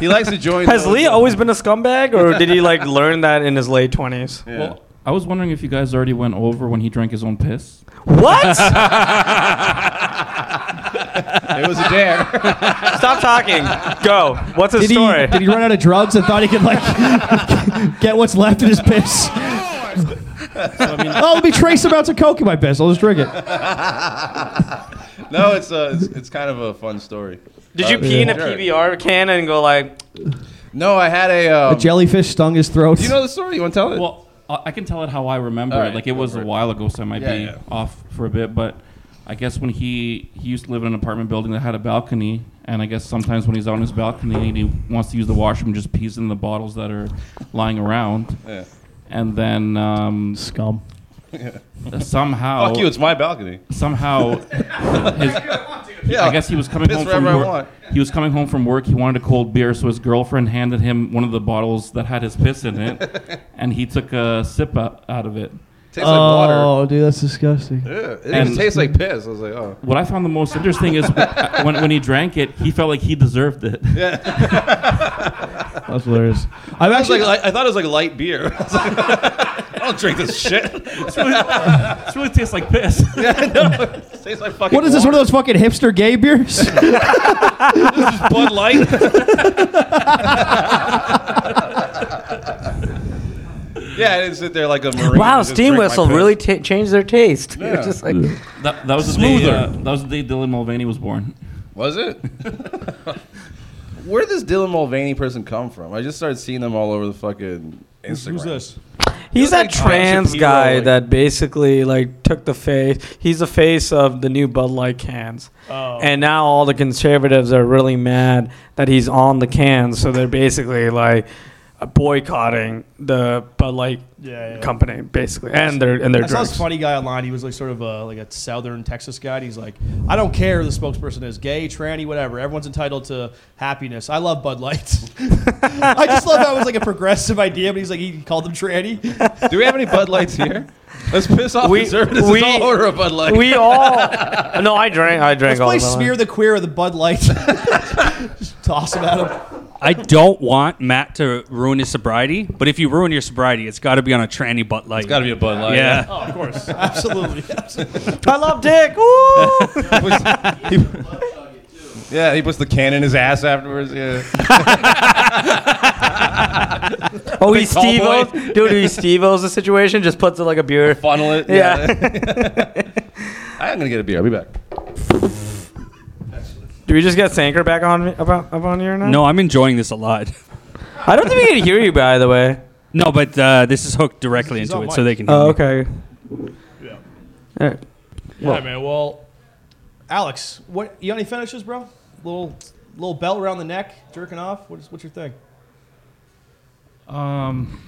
[SPEAKER 2] he likes to join.
[SPEAKER 4] Has
[SPEAKER 2] those-
[SPEAKER 4] Lee always been a scumbag, or did he like learn that in his late twenties?
[SPEAKER 2] Well,
[SPEAKER 12] I was wondering if you guys already went over when he drank his own piss.
[SPEAKER 4] What?
[SPEAKER 2] it was a dare.
[SPEAKER 4] Stop talking. Go. What's his
[SPEAKER 13] did he,
[SPEAKER 4] story?
[SPEAKER 13] Did he run out of drugs and thought he could like get what's left in his piss? oh, let me trace amounts of coke in my piss. I'll just drink it.
[SPEAKER 2] no, it's uh, it's, it's kind of a fun story.
[SPEAKER 4] Did
[SPEAKER 12] Oh,
[SPEAKER 4] you
[SPEAKER 2] Uh,
[SPEAKER 4] pee in a
[SPEAKER 2] Jurek.
[SPEAKER 4] PBR can and go like?
[SPEAKER 2] No, I had a. Um,
[SPEAKER 13] a jellyfish stung his throat.
[SPEAKER 2] you know the story? You want to tell it?
[SPEAKER 12] Well, I I can tell it how I remember
[SPEAKER 2] All
[SPEAKER 12] it.
[SPEAKER 2] right,
[SPEAKER 12] Like it
[SPEAKER 2] go
[SPEAKER 12] was
[SPEAKER 2] for
[SPEAKER 12] a
[SPEAKER 2] it.
[SPEAKER 12] while ago, so I might
[SPEAKER 2] Yeah,
[SPEAKER 12] be
[SPEAKER 2] yeah.
[SPEAKER 12] off for a bit. But I guess when he he used to live in an apartment building that had a balcony, and I guess sometimes when he's on his balcony and he wants to use the washroom, just pees in the bottles that are lying around.
[SPEAKER 2] Yeah.
[SPEAKER 12] And then um,
[SPEAKER 13] scum.
[SPEAKER 12] Somehow,
[SPEAKER 2] Fuck you, it's my balcony.
[SPEAKER 12] Somehow, his,
[SPEAKER 2] Yeah,
[SPEAKER 12] I guess he was coming
[SPEAKER 2] piss
[SPEAKER 12] home from
[SPEAKER 2] wherever I
[SPEAKER 12] work.
[SPEAKER 2] want.
[SPEAKER 12] He was coming home from work. He wanted a cold beer, so his girlfriend handed him one of the bottles that had his piss in it, and he took a sip o- out of it.
[SPEAKER 2] Tastes like water.
[SPEAKER 13] Oh, dude, that's disgusting.
[SPEAKER 2] Yeah, it just tastes like piss. I was like, oh.
[SPEAKER 12] What I found the most interesting is uh, when, when he drank it, he felt like he deserved it.
[SPEAKER 2] Yeah.
[SPEAKER 13] That's hilarious.
[SPEAKER 2] i
[SPEAKER 13] I've
[SPEAKER 2] was
[SPEAKER 13] actually.
[SPEAKER 2] like, I, I thought it was like light beer. I, was like, I don't drink this shit.
[SPEAKER 12] It's really, it's really tastes like piss.
[SPEAKER 2] yeah, I know. It tastes like fucking.
[SPEAKER 13] what is this? One of those fucking hipster gay beers?
[SPEAKER 2] Bud Light. yeah, I didn't sit there like a marine.
[SPEAKER 4] Wow,
[SPEAKER 2] and just
[SPEAKER 4] Steam
[SPEAKER 2] drink my
[SPEAKER 4] Whistle
[SPEAKER 2] piss.
[SPEAKER 4] really ta changed their taste.
[SPEAKER 2] Yeah.
[SPEAKER 4] It's just like
[SPEAKER 12] That, that was The day,
[SPEAKER 2] Smoother.
[SPEAKER 12] uh, that was the day Dylan Mulvaney was born.
[SPEAKER 2] Was it? Where did this Dylan Mulvaney person come from? I just started seeing them all over the fucking Instagram.
[SPEAKER 5] Who's this?
[SPEAKER 4] he's that
[SPEAKER 2] Tom
[SPEAKER 4] trans
[SPEAKER 2] Shapiro,
[SPEAKER 4] guy
[SPEAKER 2] like-
[SPEAKER 4] that basically like took the face. He's the face of the new Bud Light cans,
[SPEAKER 5] Oh.
[SPEAKER 4] and now all the conservatives are really mad that he's on the cans. So they're basically like. boycotting the Bud Light
[SPEAKER 16] Yeah, yeah.
[SPEAKER 4] company basically, and their and their
[SPEAKER 16] I saw this
[SPEAKER 4] drugs.
[SPEAKER 16] funny guy online. He was like sort of a, like a southern Texas guy. and He's like, I don't care who the spokesperson is, gay, tranny, whatever. Everyone's entitled to happiness. I love Bud Light. I just love how it was like a progressive idea, but he's like he called them tranny.
[SPEAKER 11] Do we have any Bud Lights here? Let's piss off
[SPEAKER 16] We-
[SPEAKER 11] conservatives. We,
[SPEAKER 16] we-
[SPEAKER 11] all order a Bud Light.
[SPEAKER 16] we all-
[SPEAKER 4] no, I drank. I
[SPEAKER 16] Let's
[SPEAKER 4] drank all
[SPEAKER 16] play
[SPEAKER 4] of them.
[SPEAKER 16] smear the queer with the Bud Light. just toss them at him.
[SPEAKER 12] I don't want Matt to ruin his sobriety, but if you ruin your sobriety, it's got to be on a tranny butt light. It's got to be a butt
[SPEAKER 11] Light,
[SPEAKER 12] Yeah.
[SPEAKER 16] Oh, of course, absolutely. absolutely.
[SPEAKER 4] I love dick. Woo!
[SPEAKER 11] Yeah, he puts the can in his ass afterwards. Yeah.
[SPEAKER 4] Oh,
[SPEAKER 11] Big
[SPEAKER 4] he
[SPEAKER 11] tall
[SPEAKER 4] Steve O's,
[SPEAKER 11] boy.
[SPEAKER 4] dude. He Steve O's the situation. Just puts it like a beer.
[SPEAKER 11] Funnel it.
[SPEAKER 4] Yeah.
[SPEAKER 11] I'm gonna get a beer. I'll be back.
[SPEAKER 4] Do we just get Sanker back on up, on- up on here now?
[SPEAKER 12] No, I'm enjoying this a lot.
[SPEAKER 4] I don't think we can hear you, by the way.
[SPEAKER 12] No, but uh, this is hooked directly
[SPEAKER 16] He's
[SPEAKER 12] into
[SPEAKER 16] on
[SPEAKER 12] it, so
[SPEAKER 16] mic.
[SPEAKER 12] they can.
[SPEAKER 4] Oh,
[SPEAKER 12] hear me.
[SPEAKER 4] okay. Uh,
[SPEAKER 16] Yeah.
[SPEAKER 4] All right.
[SPEAKER 16] Yeah, man. Well, Alex, what you got any finishes, bro? Little little belt around the neck, jerking off. What's what's your thing?
[SPEAKER 12] Um,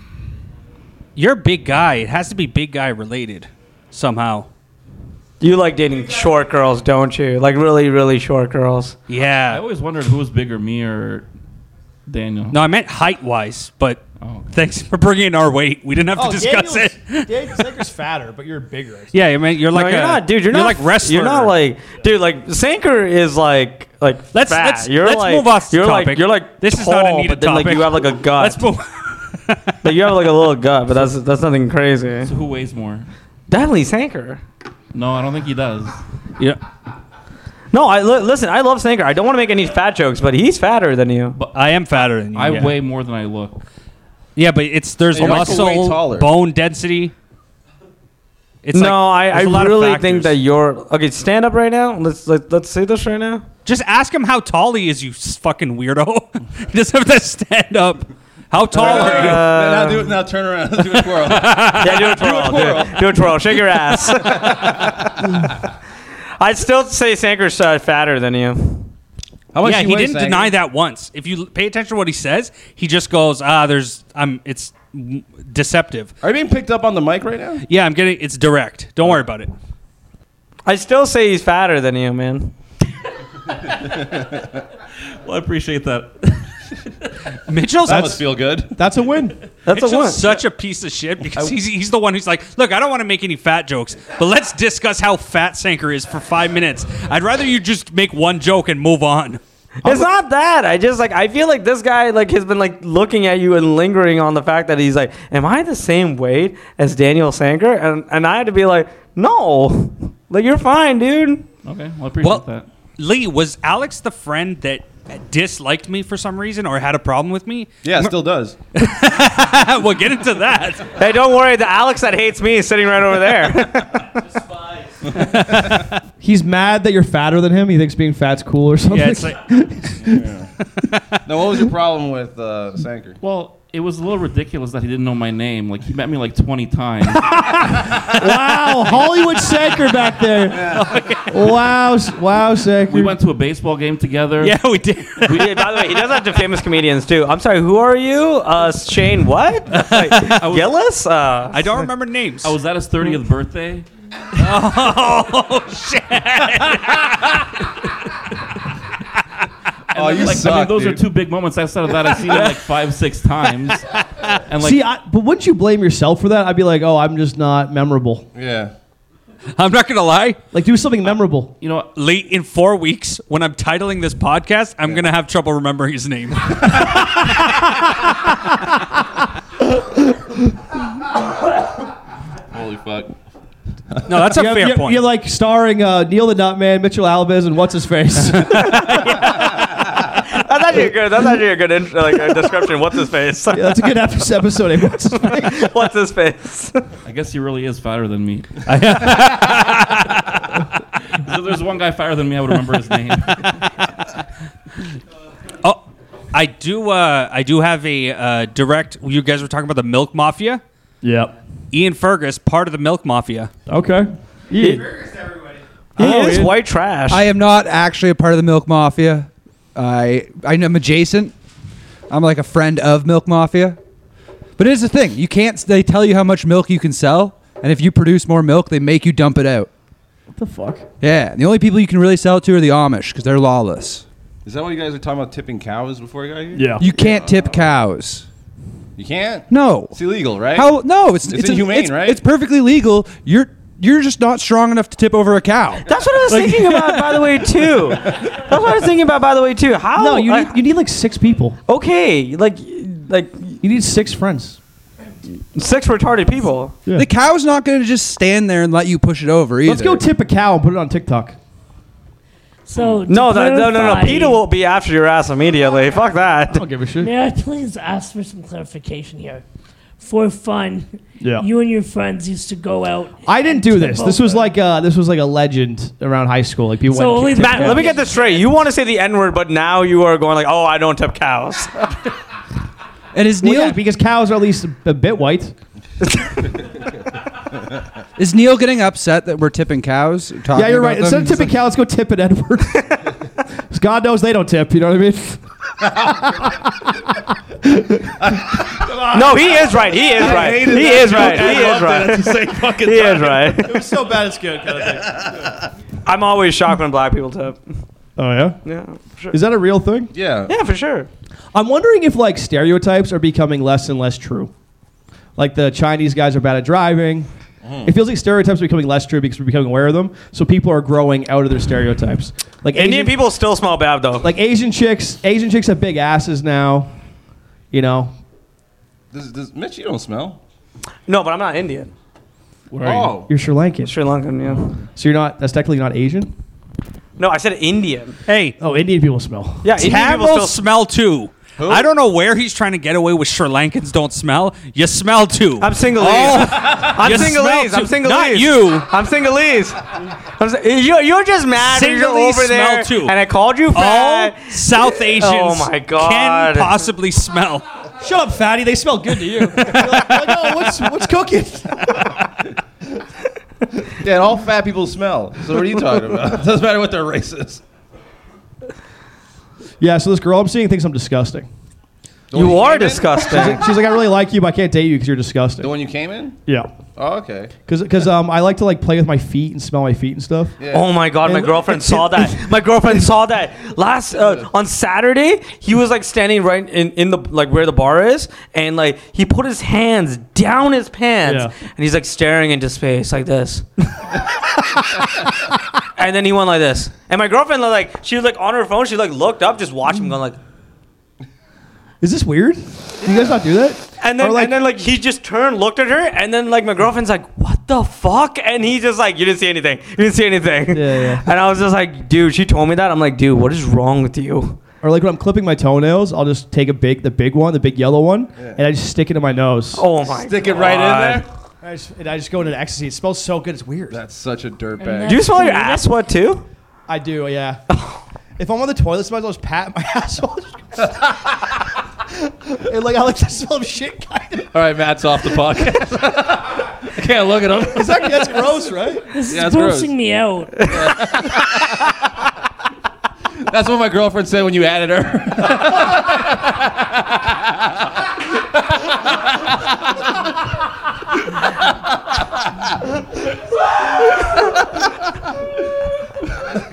[SPEAKER 12] you're a big guy. It has to be big guy related somehow.
[SPEAKER 4] You like dating short girls, don't you? Like really, really short girls.
[SPEAKER 12] Yeah.
[SPEAKER 10] I always wondered who was bigger, me or Daniel.
[SPEAKER 12] No, I meant height wise, but thanks for bringing in our weight. We didn't have
[SPEAKER 11] Oh,
[SPEAKER 5] Oh,
[SPEAKER 12] to discuss it.
[SPEAKER 16] Dave Saker's fatter, but you're bigger.
[SPEAKER 12] Yeah, I mean, you're like
[SPEAKER 4] no, you're
[SPEAKER 12] a-
[SPEAKER 4] not, dude. You're,
[SPEAKER 12] you're
[SPEAKER 4] not
[SPEAKER 12] like wrestler.
[SPEAKER 4] You're not like, dude. Like Sanker is like, like
[SPEAKER 12] Let's-
[SPEAKER 4] fat.
[SPEAKER 12] let's-
[SPEAKER 4] you're
[SPEAKER 12] let's
[SPEAKER 4] like,
[SPEAKER 12] move off
[SPEAKER 4] You're like,
[SPEAKER 12] topic.
[SPEAKER 4] you're like
[SPEAKER 12] This
[SPEAKER 4] tall,
[SPEAKER 12] is not a needed
[SPEAKER 4] but then like
[SPEAKER 12] topic.
[SPEAKER 4] you have like a gut.
[SPEAKER 12] Let's move.
[SPEAKER 4] like you have like a little gut, but that's that's nothing crazy. So
[SPEAKER 10] who weighs more?
[SPEAKER 4] Definitely Sanker.
[SPEAKER 10] No, I don't think he does.
[SPEAKER 12] Yeah.
[SPEAKER 4] No, I li- listen. I love Sanker. I don't want to make any fat jokes, but he's fatter than you.
[SPEAKER 10] But
[SPEAKER 12] I am fatter than you.
[SPEAKER 10] I
[SPEAKER 12] yeah.
[SPEAKER 10] weigh more than I look.
[SPEAKER 12] Yeah, but it's there's
[SPEAKER 10] You're also way
[SPEAKER 12] muscle,
[SPEAKER 10] taller.
[SPEAKER 12] bone density. It's like-
[SPEAKER 4] no, I, I
[SPEAKER 12] there's a lot of
[SPEAKER 4] really think
[SPEAKER 12] factors.
[SPEAKER 4] that you're okay. Stand up right now. Let's let, let's see this right now.
[SPEAKER 12] Just ask him how tall he is, you s- fucking weirdo. Just have to stand up. How tall
[SPEAKER 11] Uh,
[SPEAKER 12] are you?
[SPEAKER 11] now, now
[SPEAKER 5] Um,
[SPEAKER 11] do it. Now turn around. do a twirl.
[SPEAKER 4] Yeah, do a twirl. Do, it. do a twirl. Shake your ass. I'd still say Sanker's uh, fatter than you.
[SPEAKER 12] yeah, he didn't deny that once. If you l- pay attention to what he says, he just goes, "Ah, there's um, it's mm, deceptive."
[SPEAKER 11] Are you being picked up on the mic right now?
[SPEAKER 12] Yeah, I'm getting it's direct. Don't worry about it.
[SPEAKER 4] I still say he's fatter than you, man.
[SPEAKER 10] Well, I appreciate that.
[SPEAKER 12] Mitchell's
[SPEAKER 11] that must feel good.
[SPEAKER 16] That's a win.
[SPEAKER 4] That's
[SPEAKER 12] Mitchell's
[SPEAKER 4] a win.
[SPEAKER 12] such a piece of shit because he's, he's the one who's like, look, I don't want to make any fat jokes, but let's discuss how fat Sanker is for five minutes. I'd rather you just make one joke and move on.
[SPEAKER 4] It's not that. I just like I feel like this guy like has been like looking at you and lingering on the fact that he's like, Am I the same weight as Daniel Sanker? And and I had to be like, No. Like you're fine, dude.
[SPEAKER 10] Okay, well, I appreciate
[SPEAKER 12] Well-
[SPEAKER 10] that.
[SPEAKER 12] Lee, was Alex the friend that disliked me for some reason or had a problem with me?
[SPEAKER 11] Yeah, still does.
[SPEAKER 12] we'll get into that.
[SPEAKER 4] Hey, don't worry, the Alex that hates me is sitting right over there.
[SPEAKER 5] He's mad that you're fatter than him. He thinks being fat's cool or something.
[SPEAKER 12] Yeah, it's like-
[SPEAKER 11] Now, what was your problem with uh, Sanker?
[SPEAKER 10] Well, it was a little ridiculous that he didn't know my name. Like he met me like 20 times.
[SPEAKER 5] wow, Hollywood Sanker back there. Wow, s- wow, Sanker.
[SPEAKER 10] we went to a baseball game together.
[SPEAKER 12] Yeah, we did.
[SPEAKER 4] Yeah, by the way, he does that to famous comedians too. I'm sorry, who are you? Uh Shane what? Like, Gillis? Uh
[SPEAKER 12] I don't remember names.
[SPEAKER 10] I was at Oh, his 30th birthday.
[SPEAKER 12] oh, shit.
[SPEAKER 10] And
[SPEAKER 11] Oh,
[SPEAKER 10] then,
[SPEAKER 11] you
[SPEAKER 10] like, I mean,
[SPEAKER 11] suck,
[SPEAKER 10] those are
[SPEAKER 11] dude.
[SPEAKER 10] two big moments. Outside of that, I've seen him like five, six times. And like,
[SPEAKER 5] See, I, but wouldn't you blame yourself for that? I'd be like, oh, I'm just not memorable.
[SPEAKER 11] Yeah.
[SPEAKER 12] I'm not going to lie.
[SPEAKER 5] Like, do something memorable.
[SPEAKER 10] you know,
[SPEAKER 12] Lee, in four weeks, when I'm titling this podcast, I'm going to have trouble remembering his name.
[SPEAKER 11] Holy fuck.
[SPEAKER 12] No, that's a
[SPEAKER 5] You're-
[SPEAKER 12] fair
[SPEAKER 5] you're-
[SPEAKER 12] point.
[SPEAKER 5] You're like starring uh, Neil the Nutman, Mitchell Alves, and what's his face?
[SPEAKER 4] That's actually a good that's actually a good intro, like a description. What's his face?
[SPEAKER 5] Yeah, that's a good ep- episode. eh? What's his face?
[SPEAKER 4] What's his face?
[SPEAKER 10] I guess he really is fatter than me. if there's one guy fatter than me, I would remember his name.
[SPEAKER 12] Oh, I do. Uh, I do have a uh, direct. You guys were talking about the Milk Mafia.
[SPEAKER 5] Yep.
[SPEAKER 12] Ian Fergus, part of the Milk Mafia.
[SPEAKER 5] Okay.
[SPEAKER 4] He
[SPEAKER 17] Oh,
[SPEAKER 4] is
[SPEAKER 17] yeah.
[SPEAKER 4] white trash.
[SPEAKER 17] I am not actually a part of the Milk Mafia. I I am adjacent. I'm like a friend of Milk Mafia. But it's the thing. You can't. They tell you how much milk you can sell, and if you produce more milk, they make you dump it out.
[SPEAKER 5] What the fuck?
[SPEAKER 17] Yeah. The only people you can really sell it to are the Amish because they're lawless.
[SPEAKER 11] Is that why you guys were talking about tipping cows before I got here?
[SPEAKER 17] You can't tip cows.
[SPEAKER 11] You can't.
[SPEAKER 17] No.
[SPEAKER 11] It's illegal, right?
[SPEAKER 17] How? No. It's
[SPEAKER 11] It's
[SPEAKER 17] it's,
[SPEAKER 11] inhumane,
[SPEAKER 17] it's-
[SPEAKER 11] right?
[SPEAKER 17] It's perfectly legal. You're you're just not strong enough to tip over a cow.
[SPEAKER 4] That's what I was thinking about, by the way, too. That's what I was thinking about, by the way, too. How?
[SPEAKER 5] No, you
[SPEAKER 4] like,
[SPEAKER 5] need, you need like six people.
[SPEAKER 4] Okay, like like you
[SPEAKER 5] need six friends.
[SPEAKER 4] Six retarded people.
[SPEAKER 17] The cow's not going to just stand there and let you push it over either.
[SPEAKER 5] Let's go tip a cow and put it on TikTok.
[SPEAKER 9] So
[SPEAKER 4] No,
[SPEAKER 9] to
[SPEAKER 4] that, no, no, no.
[SPEAKER 9] clarify-
[SPEAKER 4] Peter will be after your ass immediately. Fuck that. I
[SPEAKER 5] don't give a shit.
[SPEAKER 9] May I please ask for some clarification here? For fun,
[SPEAKER 5] Yeah.
[SPEAKER 9] you and your friends used to go out.
[SPEAKER 5] I didn't do this. This was like uh, this was like a legend around high school. Like people.
[SPEAKER 9] So
[SPEAKER 5] went
[SPEAKER 9] only
[SPEAKER 5] and tipped
[SPEAKER 4] Matt,
[SPEAKER 5] cows.
[SPEAKER 4] let me get this straight. You want to say the N word, but now you are going like, oh, I don't tip cows.
[SPEAKER 17] And is
[SPEAKER 5] Well, yeah, because cows are at least a bit white.
[SPEAKER 17] Is Neil getting upset that we're tipping cows? or talking
[SPEAKER 5] yeah, you're
[SPEAKER 17] about
[SPEAKER 5] right.
[SPEAKER 17] them?
[SPEAKER 5] Instead of
[SPEAKER 17] He's
[SPEAKER 5] tipping
[SPEAKER 17] like-
[SPEAKER 5] cow, let's go tip it, Edward. 'Cause God knows they don't tip. You know what I mean?
[SPEAKER 4] no, he is right. He is
[SPEAKER 5] I
[SPEAKER 4] right. He
[SPEAKER 5] hated that
[SPEAKER 4] is
[SPEAKER 5] joke.
[SPEAKER 4] right.
[SPEAKER 5] I
[SPEAKER 4] He is
[SPEAKER 5] loved it
[SPEAKER 4] right.
[SPEAKER 5] at the same fucking
[SPEAKER 4] He
[SPEAKER 5] time.
[SPEAKER 4] is right.
[SPEAKER 5] It was so
[SPEAKER 16] bad it's good. Kind of thing.
[SPEAKER 4] I'm always shocked when black people tip.
[SPEAKER 5] Oh yeah.
[SPEAKER 4] Yeah, for sure.
[SPEAKER 5] Is that a real thing?
[SPEAKER 11] Yeah.
[SPEAKER 4] Yeah, for sure.
[SPEAKER 5] I'm wondering if like stereotypes are becoming less and less true. Like the Chinese guys are bad at driving.
[SPEAKER 4] Mm.
[SPEAKER 5] It feels like stereotypes are becoming less true because we're becoming aware of them. So people are growing out of their stereotypes. Like
[SPEAKER 4] Indian
[SPEAKER 5] Asian,
[SPEAKER 4] people still smell bad though.
[SPEAKER 5] like Asian chicks, Asian chicks have big asses now. You know,
[SPEAKER 11] This, this, Mitch, you don't smell.
[SPEAKER 4] no, but I'm not Indian.
[SPEAKER 11] are you? Oh.
[SPEAKER 5] You're Sri Lankan.
[SPEAKER 4] Sri Lankan, yeah.
[SPEAKER 5] So you're not. That's technically not Asian.
[SPEAKER 4] No, I said Indian.
[SPEAKER 12] Hey.
[SPEAKER 5] Oh, Indian people smell.
[SPEAKER 4] Yeah, Indian
[SPEAKER 12] Tab
[SPEAKER 4] people
[SPEAKER 12] will
[SPEAKER 4] still-
[SPEAKER 12] smell too.
[SPEAKER 4] Who?
[SPEAKER 12] I don't know where he's trying to get away with Sri Lankans don't smell. You smell too.
[SPEAKER 4] I'm Singhalese. I'm
[SPEAKER 12] Oh. You smell
[SPEAKER 4] Singhalese. I'm
[SPEAKER 12] too.
[SPEAKER 4] Singhalese.
[SPEAKER 12] Not you.
[SPEAKER 4] I'm Singhalese. I'm si- you, you're just mad. that You're
[SPEAKER 12] Singhalese
[SPEAKER 4] over there,
[SPEAKER 12] smell too.
[SPEAKER 4] and I called you
[SPEAKER 12] All
[SPEAKER 4] fat.
[SPEAKER 12] South Asians
[SPEAKER 4] Oh my god.
[SPEAKER 12] can possibly smell.
[SPEAKER 16] Shut up, fatty. They smell good to you. You're like, like, oh, what's what's cooking?
[SPEAKER 11] Yeah, all fat people smell. So what are you talking about? Doesn't matter what their race is.
[SPEAKER 5] Yeah. So this girl I'm seeing thinks I'm disgusting.
[SPEAKER 4] you are
[SPEAKER 5] She's like, she's like, I really like you, but I can't date you because you're disgusting.
[SPEAKER 11] The one you came in?
[SPEAKER 5] Yeah.
[SPEAKER 11] Oh, okay.
[SPEAKER 5] Cause, cause um, I like to like play with my feet and smell my feet and stuff.
[SPEAKER 4] Oh my god, my
[SPEAKER 5] And-
[SPEAKER 4] girlfriend saw that. My girlfriend saw that last uh, on Saturday. He was like standing right in, in the like where the bar is, and like he put his hands down his pants,
[SPEAKER 5] Yeah.
[SPEAKER 4] and he's like staring into space like this. and then he went like this, and my girlfriend like she was like on her phone. She like looked up, just watched
[SPEAKER 5] Mm.
[SPEAKER 4] him going like,
[SPEAKER 5] Is this weird? Do you guys not do that?
[SPEAKER 4] and then and then like he just turned, looked at her, and then like my girlfriend's like, what the fuck? And he just like, you didn't see anything. You didn't see anything. Yeah, yeah. And I was just like, dude, she told me that. I'm like, dude, what is wrong with you?
[SPEAKER 5] Or like when I'm clipping my toenails, I'll just take a big, the big one, the big yellow one, and I just stick it in my nose.
[SPEAKER 4] Oh my!
[SPEAKER 11] Stick it right in there.
[SPEAKER 16] I just, and I just go into ecstasy. It smells so good. It's weird.
[SPEAKER 11] That's such a
[SPEAKER 16] that's
[SPEAKER 11] dirtbag.
[SPEAKER 4] Do you smell your ass sweat too?
[SPEAKER 5] I do, yeah.
[SPEAKER 16] if I'm on the toilet, sometimes I'll just pat my asshole. and like I like the smell of shit.
[SPEAKER 11] All right, Matt's off the podcast. I can't look at him.
[SPEAKER 16] Is that, that's gross, right?
[SPEAKER 9] This
[SPEAKER 11] Yeah, it's
[SPEAKER 9] is
[SPEAKER 11] gross.
[SPEAKER 9] grossing me out.
[SPEAKER 11] That's what my girlfriend said when you added her. yeah,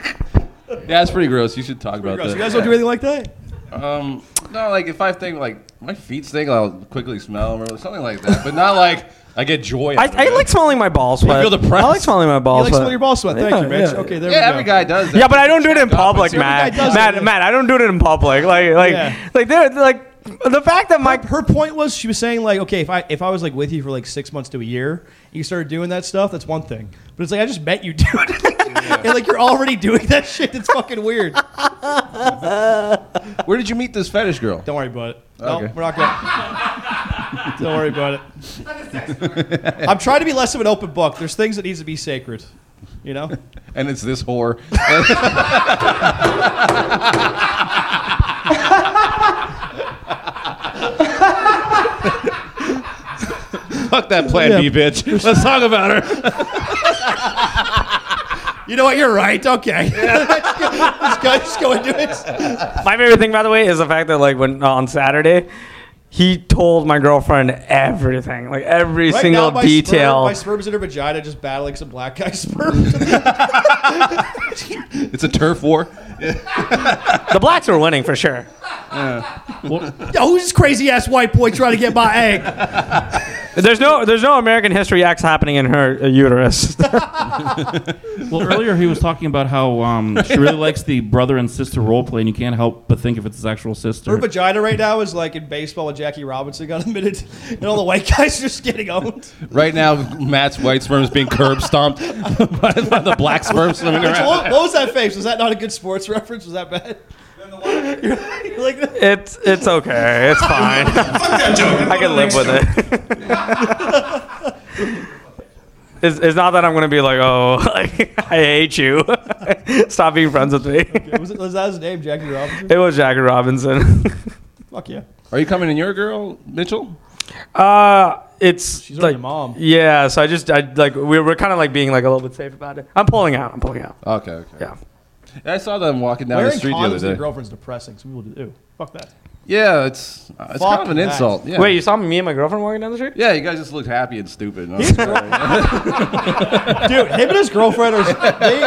[SPEAKER 11] that's pretty gross. You should talk about
[SPEAKER 16] gross.
[SPEAKER 11] that.
[SPEAKER 16] You guys don't do anything like that.
[SPEAKER 11] Um, no, like if I think like my feet stink, I'll quickly smell them or something like that. But not like I get joy.
[SPEAKER 4] I,
[SPEAKER 11] out of
[SPEAKER 4] I
[SPEAKER 11] it.
[SPEAKER 4] like smelling my balls
[SPEAKER 11] You
[SPEAKER 4] sweat.
[SPEAKER 11] feel depressed?
[SPEAKER 4] I like smelling my balls
[SPEAKER 11] like
[SPEAKER 4] sweat.
[SPEAKER 11] smelling your balls sweat.
[SPEAKER 5] Thank you, Mitch. Okay, there
[SPEAKER 11] yeah,
[SPEAKER 5] we
[SPEAKER 11] every
[SPEAKER 5] go.
[SPEAKER 11] guy does. That.
[SPEAKER 4] Yeah, but I don't do it in public, Matt.
[SPEAKER 5] guy does
[SPEAKER 4] Matt,
[SPEAKER 5] it.
[SPEAKER 4] Matt, I don't do it in public. Like, like,
[SPEAKER 5] Yeah.
[SPEAKER 4] like, they're like the fact that my
[SPEAKER 5] her point was she was saying like, okay, if I if I was like with you for like six months to a year, and you started doing that stuff, that's one thing. But it's like I just met you, dude, and like you're already doing that shit. That's fucking weird.
[SPEAKER 11] Where did you meet this fetish girl?
[SPEAKER 5] Don't worry about it.
[SPEAKER 11] Okay.
[SPEAKER 5] No, we're not going. Don't worry about it. I'm trying to be less of an open book. There's things that needs to be sacred, you know.
[SPEAKER 11] And it's this whore. Fuck that plan
[SPEAKER 16] Yeah.
[SPEAKER 11] B, bitch. Let's talk about her.
[SPEAKER 16] You know what? You're right. Okay. this guy's going to do it.
[SPEAKER 4] my favorite thing, by the way, is the fact that like when uh, on Saturday. He told my girlfriend everything, like every
[SPEAKER 5] Right
[SPEAKER 4] single
[SPEAKER 5] now, my
[SPEAKER 4] detail.
[SPEAKER 5] Sperm, my sperm's in her vagina, just battling some black guy sperm.
[SPEAKER 11] It's a turf war.
[SPEAKER 4] the blacks are winning for sure.
[SPEAKER 5] Yo, who's this crazy ass white boy trying to get my egg?
[SPEAKER 4] There's no, there's no American History acts happening in her uh, uterus.
[SPEAKER 10] well, earlier he was talking about how um, she really likes the brother and sister role play, and you can't help but think if it's his actual
[SPEAKER 5] Her
[SPEAKER 10] sister.
[SPEAKER 5] vagina right now is like in baseball when Jackie Robinson got admitted, and all the white guys are just getting owned.
[SPEAKER 11] Right now, Matt's white sperm is being curb stomped by, by the black sperm swimming
[SPEAKER 5] Which-
[SPEAKER 11] around.
[SPEAKER 5] what, what was that face? Was that not a good sports reference? Was that bad? You're like,
[SPEAKER 4] it's it's okay. It's fine. I can live with it. It's, it's not that I'm gonna be like, oh, like, I hate you. Stop being friends with me.
[SPEAKER 5] was, it, was that his name, Jackie Robinson?
[SPEAKER 4] It was Jackie Robinson.
[SPEAKER 5] Fuck yeah.
[SPEAKER 11] Are you coming in your girl, Mitchell?
[SPEAKER 4] Uh, it's
[SPEAKER 5] She's
[SPEAKER 4] like
[SPEAKER 5] already a mom.
[SPEAKER 4] Yeah, so I just I like we were kind of like being like a little bit safe about it. I'm pulling out. I'm pulling out.
[SPEAKER 11] Okay, okay.
[SPEAKER 4] Yeah.
[SPEAKER 11] I saw them walking down
[SPEAKER 5] Wearing
[SPEAKER 11] the street the
[SPEAKER 5] condoms
[SPEAKER 11] other
[SPEAKER 5] to your
[SPEAKER 11] day.
[SPEAKER 5] girlfriend's depressing, so we will do. Ew, fuck that.
[SPEAKER 11] Yeah, it's uh, it's
[SPEAKER 5] Fuck
[SPEAKER 11] kind of an
[SPEAKER 5] that.
[SPEAKER 11] insult. Yeah.
[SPEAKER 4] Wait, you saw me and my girlfriend walking down the street?
[SPEAKER 11] Yeah, you guys just looked happy and stupid. and I was like,
[SPEAKER 5] Dude, him and his girlfriend are they,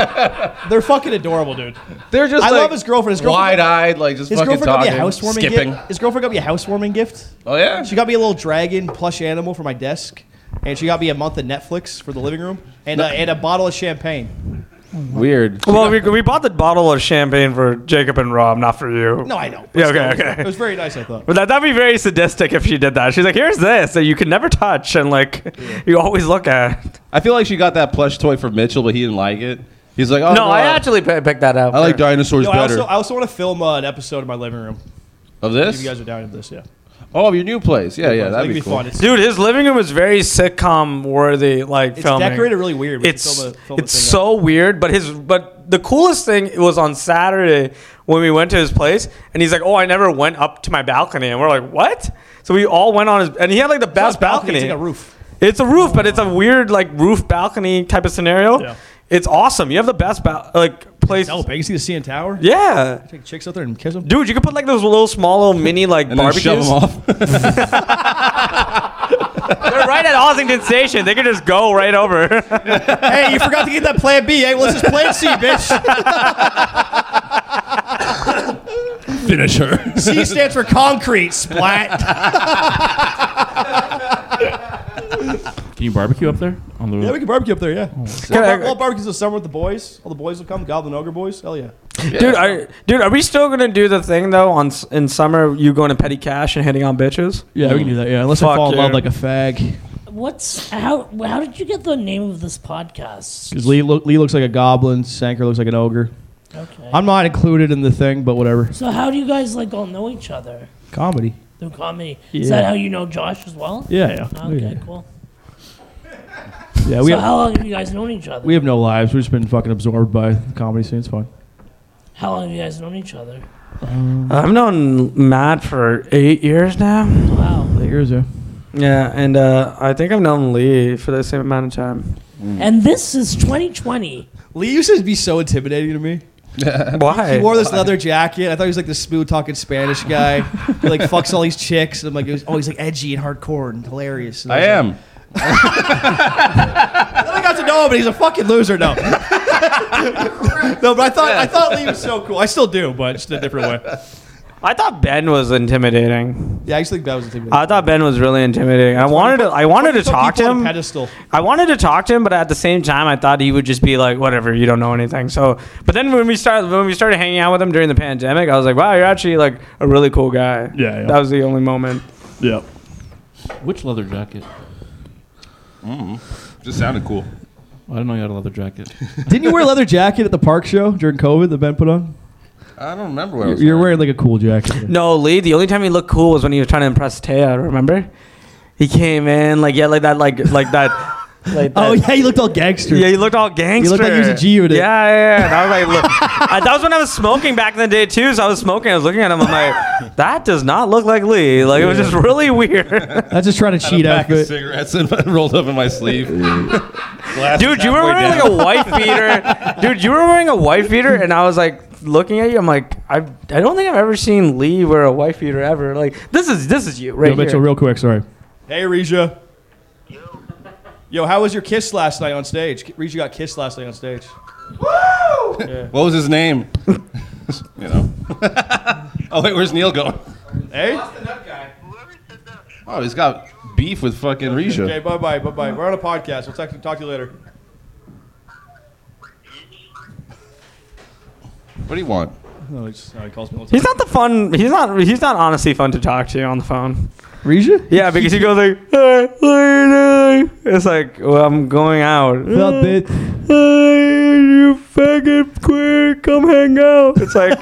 [SPEAKER 5] they're fucking adorable, dude.
[SPEAKER 11] They're just
[SPEAKER 5] I
[SPEAKER 11] like
[SPEAKER 5] love his girlfriend. His girlfriend
[SPEAKER 11] wide-eyed, like just
[SPEAKER 5] his
[SPEAKER 11] fucking
[SPEAKER 5] girlfriend got me a
[SPEAKER 11] talking,
[SPEAKER 5] housewarming
[SPEAKER 11] skipping.
[SPEAKER 5] gift. His girlfriend got me a housewarming gift.
[SPEAKER 11] Oh yeah,
[SPEAKER 5] she got me a little dragon plush animal for my desk, and she got me a month of Netflix for the living room, and uh, and a bottle of champagne.
[SPEAKER 11] Weird.
[SPEAKER 4] Well, we, we bought the bottle of champagne for Jacob and Rob, not for you.
[SPEAKER 5] No, I know.
[SPEAKER 4] Yeah,
[SPEAKER 5] But
[SPEAKER 4] okay,
[SPEAKER 5] still,
[SPEAKER 4] okay.
[SPEAKER 5] It was very nice, I thought.
[SPEAKER 4] But that, that'd be very sadistic if she did that. She's like, here's this that you can never touch and like you always look at.
[SPEAKER 11] I feel like she got that plush toy for Mitchell, but he didn't like it. He's like, oh
[SPEAKER 4] no, I actually p- picked that up.
[SPEAKER 11] I like dinosaurs
[SPEAKER 5] No, I
[SPEAKER 11] better
[SPEAKER 5] also I also want to film uh, an episode in my living room.
[SPEAKER 11] of
[SPEAKER 5] If
[SPEAKER 11] this.
[SPEAKER 5] you guys are down with this, yeah.
[SPEAKER 11] oh, of your new place. Yeah,
[SPEAKER 5] New
[SPEAKER 11] yeah,
[SPEAKER 5] place.
[SPEAKER 11] that'd
[SPEAKER 5] That'd
[SPEAKER 11] be
[SPEAKER 5] be
[SPEAKER 11] cool.
[SPEAKER 5] fun. It's-
[SPEAKER 4] Dude, his living room is very sitcom worthy. Like
[SPEAKER 5] It's
[SPEAKER 4] filming.
[SPEAKER 5] decorated really weird. We should
[SPEAKER 4] It's
[SPEAKER 5] film a- film a
[SPEAKER 4] it's
[SPEAKER 5] thing up.
[SPEAKER 4] so weird, but his but the coolest thing was on Saturday when we went to his place, and he's like, "Oh, I never went up to my balcony," and we're like, "What?" So we all went on his, and he had like the best balcony.
[SPEAKER 5] It's like a roof.
[SPEAKER 4] It's a roof, but it's a weird like roof balcony type of scenario.
[SPEAKER 5] Yeah.
[SPEAKER 4] It's awesome. You have the best ba- like place.
[SPEAKER 5] Oh, you see the CN Tower?
[SPEAKER 4] Yeah.
[SPEAKER 5] Take chicks out there and kiss them.
[SPEAKER 4] Dude, you could put like those little small little mini like
[SPEAKER 11] And then
[SPEAKER 4] barbecues.
[SPEAKER 11] shove 'em off.
[SPEAKER 4] They're right at Ossington Station. They could just go right over.
[SPEAKER 5] hey, you forgot to get that plan B. Hey, well, let's just plan C, bitch.
[SPEAKER 11] Finish her.
[SPEAKER 5] C stands for concrete. Splat.
[SPEAKER 10] Can you barbecue up there? On the
[SPEAKER 5] yeah, we can barbecue up there. Yeah.
[SPEAKER 4] Can I-
[SPEAKER 5] Well, well, barbecues this summer with the boys. All the boys will come. Goblin ogre boys. Hell yeah.
[SPEAKER 4] Dude, are, dude, are we still gonna do the thing though? On s- in summer, you going to petty cash and hitting on bitches?
[SPEAKER 5] Yeah, we can do that. Yeah, unless
[SPEAKER 4] I Fuck fall in love yeah. like
[SPEAKER 5] a fag.
[SPEAKER 9] What's how? How did you get the name of this podcast?
[SPEAKER 5] Because Lee, look, Lee looks like a goblin. Sanker looks like an ogre.
[SPEAKER 9] Okay.
[SPEAKER 5] I'm not included in the thing, but whatever.
[SPEAKER 9] So how do you guys like all know each other
[SPEAKER 5] Comedy.
[SPEAKER 9] through comedy?
[SPEAKER 5] Yeah.
[SPEAKER 9] Is that how you know Josh as well?
[SPEAKER 5] Yeah, yeah.
[SPEAKER 9] Okay,
[SPEAKER 5] Yeah.
[SPEAKER 9] cool.
[SPEAKER 5] Yeah, we
[SPEAKER 9] so
[SPEAKER 5] have,
[SPEAKER 9] how long have you guys known each other?
[SPEAKER 5] we have no lives. We've just been fucking absorbed by the comedy scene. It's fine.
[SPEAKER 9] how long have you guys known each other?
[SPEAKER 4] I've known Matt for eight years now.
[SPEAKER 9] Wow.
[SPEAKER 5] Eight years, yeah.
[SPEAKER 4] Yeah, and uh, I think I've known Lee for the same amount of time.
[SPEAKER 9] And this is 2020.
[SPEAKER 5] Lee used to be so intimidating to me.
[SPEAKER 4] Why?
[SPEAKER 5] He wore this leather jacket. I thought he was like this smooth talking Spanish guy who like fucks all these chicks. I'm like, it was, oh, he's like edgy and hardcore and hilarious. And
[SPEAKER 11] I
[SPEAKER 5] was like-
[SPEAKER 11] am.
[SPEAKER 5] Then I got to know him, and he's a fucking loser now. no, but I thought I thought Lee was so cool. I still do, but just a different way.
[SPEAKER 4] I thought Ben was intimidating.
[SPEAKER 5] Yeah, I actually think that was intimidating.
[SPEAKER 4] I thought Ben was really intimidating. I wanted to. I wanted to
[SPEAKER 5] Put
[SPEAKER 4] talk to
[SPEAKER 5] people on a
[SPEAKER 4] him.
[SPEAKER 5] pedestal.
[SPEAKER 4] I wanted to talk to him, but at the same time, I thought he would just be like, "Whatever, you don't know anything." So, but then when we started when we started hanging out with him during the pandemic, I was like, "Wow, you're actually like a really cool guy."
[SPEAKER 10] Yeah, yeah.
[SPEAKER 4] that was the only moment.
[SPEAKER 10] Yeah. Which leather jacket?
[SPEAKER 11] Just sounded cool.
[SPEAKER 10] I don't know you had a leather jacket.
[SPEAKER 5] Didn't you wear a leather jacket at the park show during COVID that Ben put on?
[SPEAKER 11] I don't remember what I
[SPEAKER 5] You're,
[SPEAKER 11] was.
[SPEAKER 5] you're wearing like a cool jacket.
[SPEAKER 4] No, Lee. The only time he looked cool was when he was trying to impress Taya. Remember? He came in like yeah, like that, like like that. Like that.
[SPEAKER 5] Oh yeah, you looked all gangster.
[SPEAKER 4] Yeah, he looked all gangster.
[SPEAKER 5] looked like he was a G unit.
[SPEAKER 4] Yeah, yeah, yeah. That was like, look. I, that was when I was smoking back in the day too. So I was smoking. I was looking at him. I'm like, that does not look like Lee. Like it was just really weird.
[SPEAKER 5] That's just trying to
[SPEAKER 11] Had a
[SPEAKER 5] cheat
[SPEAKER 11] pack of
[SPEAKER 5] outfit.
[SPEAKER 11] cigarettes and rolled up in my sleeve. Glasses
[SPEAKER 4] Dude, you were
[SPEAKER 11] halfway
[SPEAKER 4] wearing
[SPEAKER 11] down.
[SPEAKER 4] like a wife beater. Dude, you were wearing a wife beater, and I was like, looking at you. I'm like, I, I don't think I've ever seen Lee wear a wife beater ever. Like this is this is you right
[SPEAKER 5] Yo, Mitchell,
[SPEAKER 4] here.
[SPEAKER 5] real quick, sorry. Hey, Regia. Yo, how was your kiss last night on stage? K- Regia got kissed last night on stage. Woo!
[SPEAKER 11] What was his name? you know. oh wait, where's Neil going?
[SPEAKER 5] Hey.
[SPEAKER 11] Oh, he's got beef with fucking
[SPEAKER 5] Okay,
[SPEAKER 11] Risha.
[SPEAKER 5] bye bye, bye bye. We're on a podcast. We'll talk, talk to you later.
[SPEAKER 11] What do you want?
[SPEAKER 5] No, he just- no, he calls me all the
[SPEAKER 4] He's not the fun. He's not. He's not honestly fun to talk to on the phone.
[SPEAKER 5] Regia?
[SPEAKER 4] Yeah, because he goes like, hey, what are you doing?" It's like, well, I'm going out.
[SPEAKER 5] Without
[SPEAKER 4] "Hey, hey, you faggot queer, come hang out. It's like,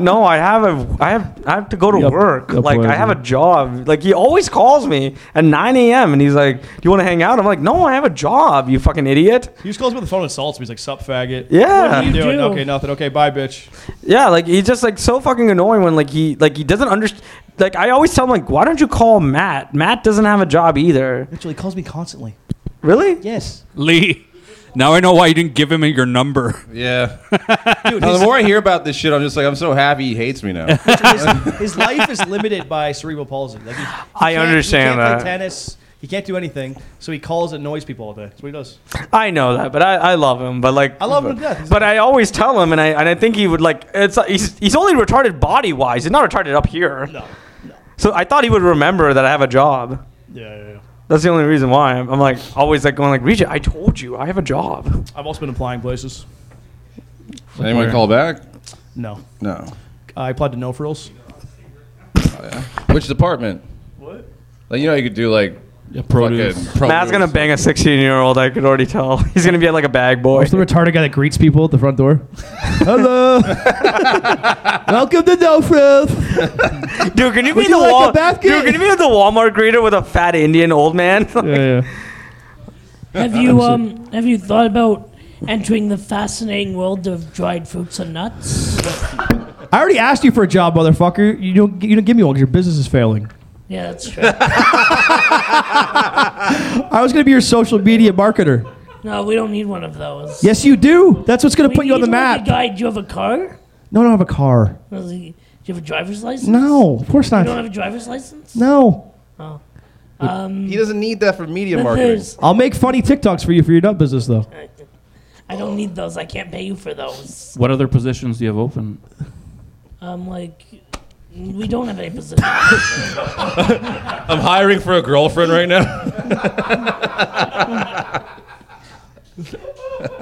[SPEAKER 4] no, I have a, I have, I have to go to work. like, I have a job. Like, he always calls me at 9 a.m. and he's like, "Do you want to hang out?" I'm like, "No, I have a job. You fucking idiot."
[SPEAKER 5] He just calls me on the phone and insults me. He's like, sup, faggot.
[SPEAKER 4] Yeah.
[SPEAKER 5] What are you
[SPEAKER 4] What do you
[SPEAKER 5] doing?
[SPEAKER 4] do?
[SPEAKER 5] Okay, nothing. Okay, bye, bitch.
[SPEAKER 4] Yeah, like he's just like so fucking annoying when like he like he doesn't understand. Like I always tell him like, why don't you call Matt? Matt doesn't have a job either.
[SPEAKER 5] Mitchell, he calls me constantly.
[SPEAKER 4] Really?
[SPEAKER 5] Yes.
[SPEAKER 12] Lee, now I know why you didn't give him your number.
[SPEAKER 11] Yeah. Now, the more I hear about this shit, I'm just like, I'm so happy he hates me now.
[SPEAKER 5] His life is limited by cerebral palsy. Like he, he can't-
[SPEAKER 4] understand
[SPEAKER 5] he can't
[SPEAKER 4] that.
[SPEAKER 5] Play tennis. He can't do anything, so he calls and annoys people all day. That's what he does.
[SPEAKER 4] I know that, but I, I love him. But like,
[SPEAKER 5] I love him to death.
[SPEAKER 4] But I always tell him, and I and I think he would like. It's he's he's only retarded body wise. He's not retarded up here. No, no. So I thought he would remember that I have a job.
[SPEAKER 5] Yeah, yeah, yeah.
[SPEAKER 4] That's the only reason why I'm, I'm like always like going like, Regent, I told you I have a job.
[SPEAKER 5] I've also been applying places.
[SPEAKER 11] Anyone call back?
[SPEAKER 5] No.
[SPEAKER 11] No.
[SPEAKER 5] I applied to No Frills.
[SPEAKER 11] Which department? What? Like you know you could do like
[SPEAKER 10] produce.
[SPEAKER 11] fucking
[SPEAKER 4] Matt's gonna bang a 16 year old. I could already tell. He's gonna be like a bag boy.
[SPEAKER 5] What's the retarded guy that greets people at the front door? Hello. Welcome to No Frills.
[SPEAKER 4] Dude, can you
[SPEAKER 5] Would
[SPEAKER 4] be the
[SPEAKER 5] you like a
[SPEAKER 4] Wal-
[SPEAKER 5] basket?
[SPEAKER 4] Dude, can you be the Walmart greeter with a fat Indian old man?
[SPEAKER 5] yeah,
[SPEAKER 9] Have you um have you thought about entering the fascinating world of dried fruits and nuts?
[SPEAKER 5] I already asked you for a job, motherfucker. You don't. You don't give me one 'cause your business is failing.
[SPEAKER 9] Yeah, that's true.
[SPEAKER 5] I was gonna be your social media marketer.
[SPEAKER 9] no, we don't need one of those.
[SPEAKER 5] Yes, you do. That's what's gonna
[SPEAKER 9] We
[SPEAKER 5] put you on
[SPEAKER 9] need
[SPEAKER 5] the
[SPEAKER 9] like a
[SPEAKER 5] map.
[SPEAKER 9] Guy, do you have a car?
[SPEAKER 5] No, I don't have a car.
[SPEAKER 9] I was like, Do you have a driver's license?
[SPEAKER 5] No, of course
[SPEAKER 9] You
[SPEAKER 5] not.
[SPEAKER 9] don't have a driver's license?
[SPEAKER 5] No.
[SPEAKER 9] Oh. Um,
[SPEAKER 11] he doesn't need that for media
[SPEAKER 9] but marketing. there's-
[SPEAKER 5] I'll make funny TikToks for you for your nut business, though.
[SPEAKER 9] I don't need those. I can't pay you for those.
[SPEAKER 10] What other positions do you have open?
[SPEAKER 9] I'm like, we don't have any position.
[SPEAKER 11] I'm hiring for a girlfriend right now.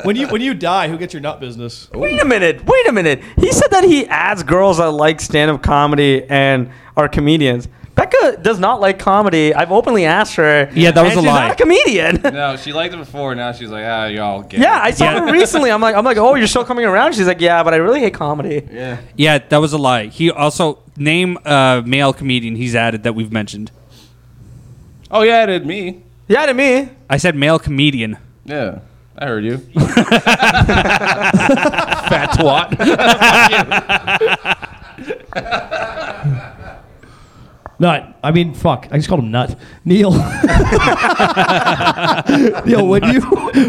[SPEAKER 5] When you when you die, who gets your nut business?
[SPEAKER 4] Wait a minute. Wait a minute. He said that he adds girls that like stand up comedy and are comedians. Becca does not like comedy. I've openly asked her.
[SPEAKER 12] Yeah, that was
[SPEAKER 4] and
[SPEAKER 12] a
[SPEAKER 4] she's
[SPEAKER 12] lie.
[SPEAKER 4] Not a comedian.
[SPEAKER 11] no, she liked it before. Now she's like, ah, y'all get.
[SPEAKER 4] Yeah, I saw her recently. I'm like, I'm like, oh, you're still coming around. She's like, yeah, but I really hate comedy.
[SPEAKER 11] Yeah.
[SPEAKER 12] Yeah, that was a lie. He also name a male comedian he's added that we've mentioned.
[SPEAKER 11] Oh yeah, it did me.
[SPEAKER 4] Yeah, to me.
[SPEAKER 12] I said male comedian.
[SPEAKER 11] Yeah, I heard you.
[SPEAKER 12] Fat
[SPEAKER 5] Nut. I mean, fuck. I just called him nut. Neil. Neil, when you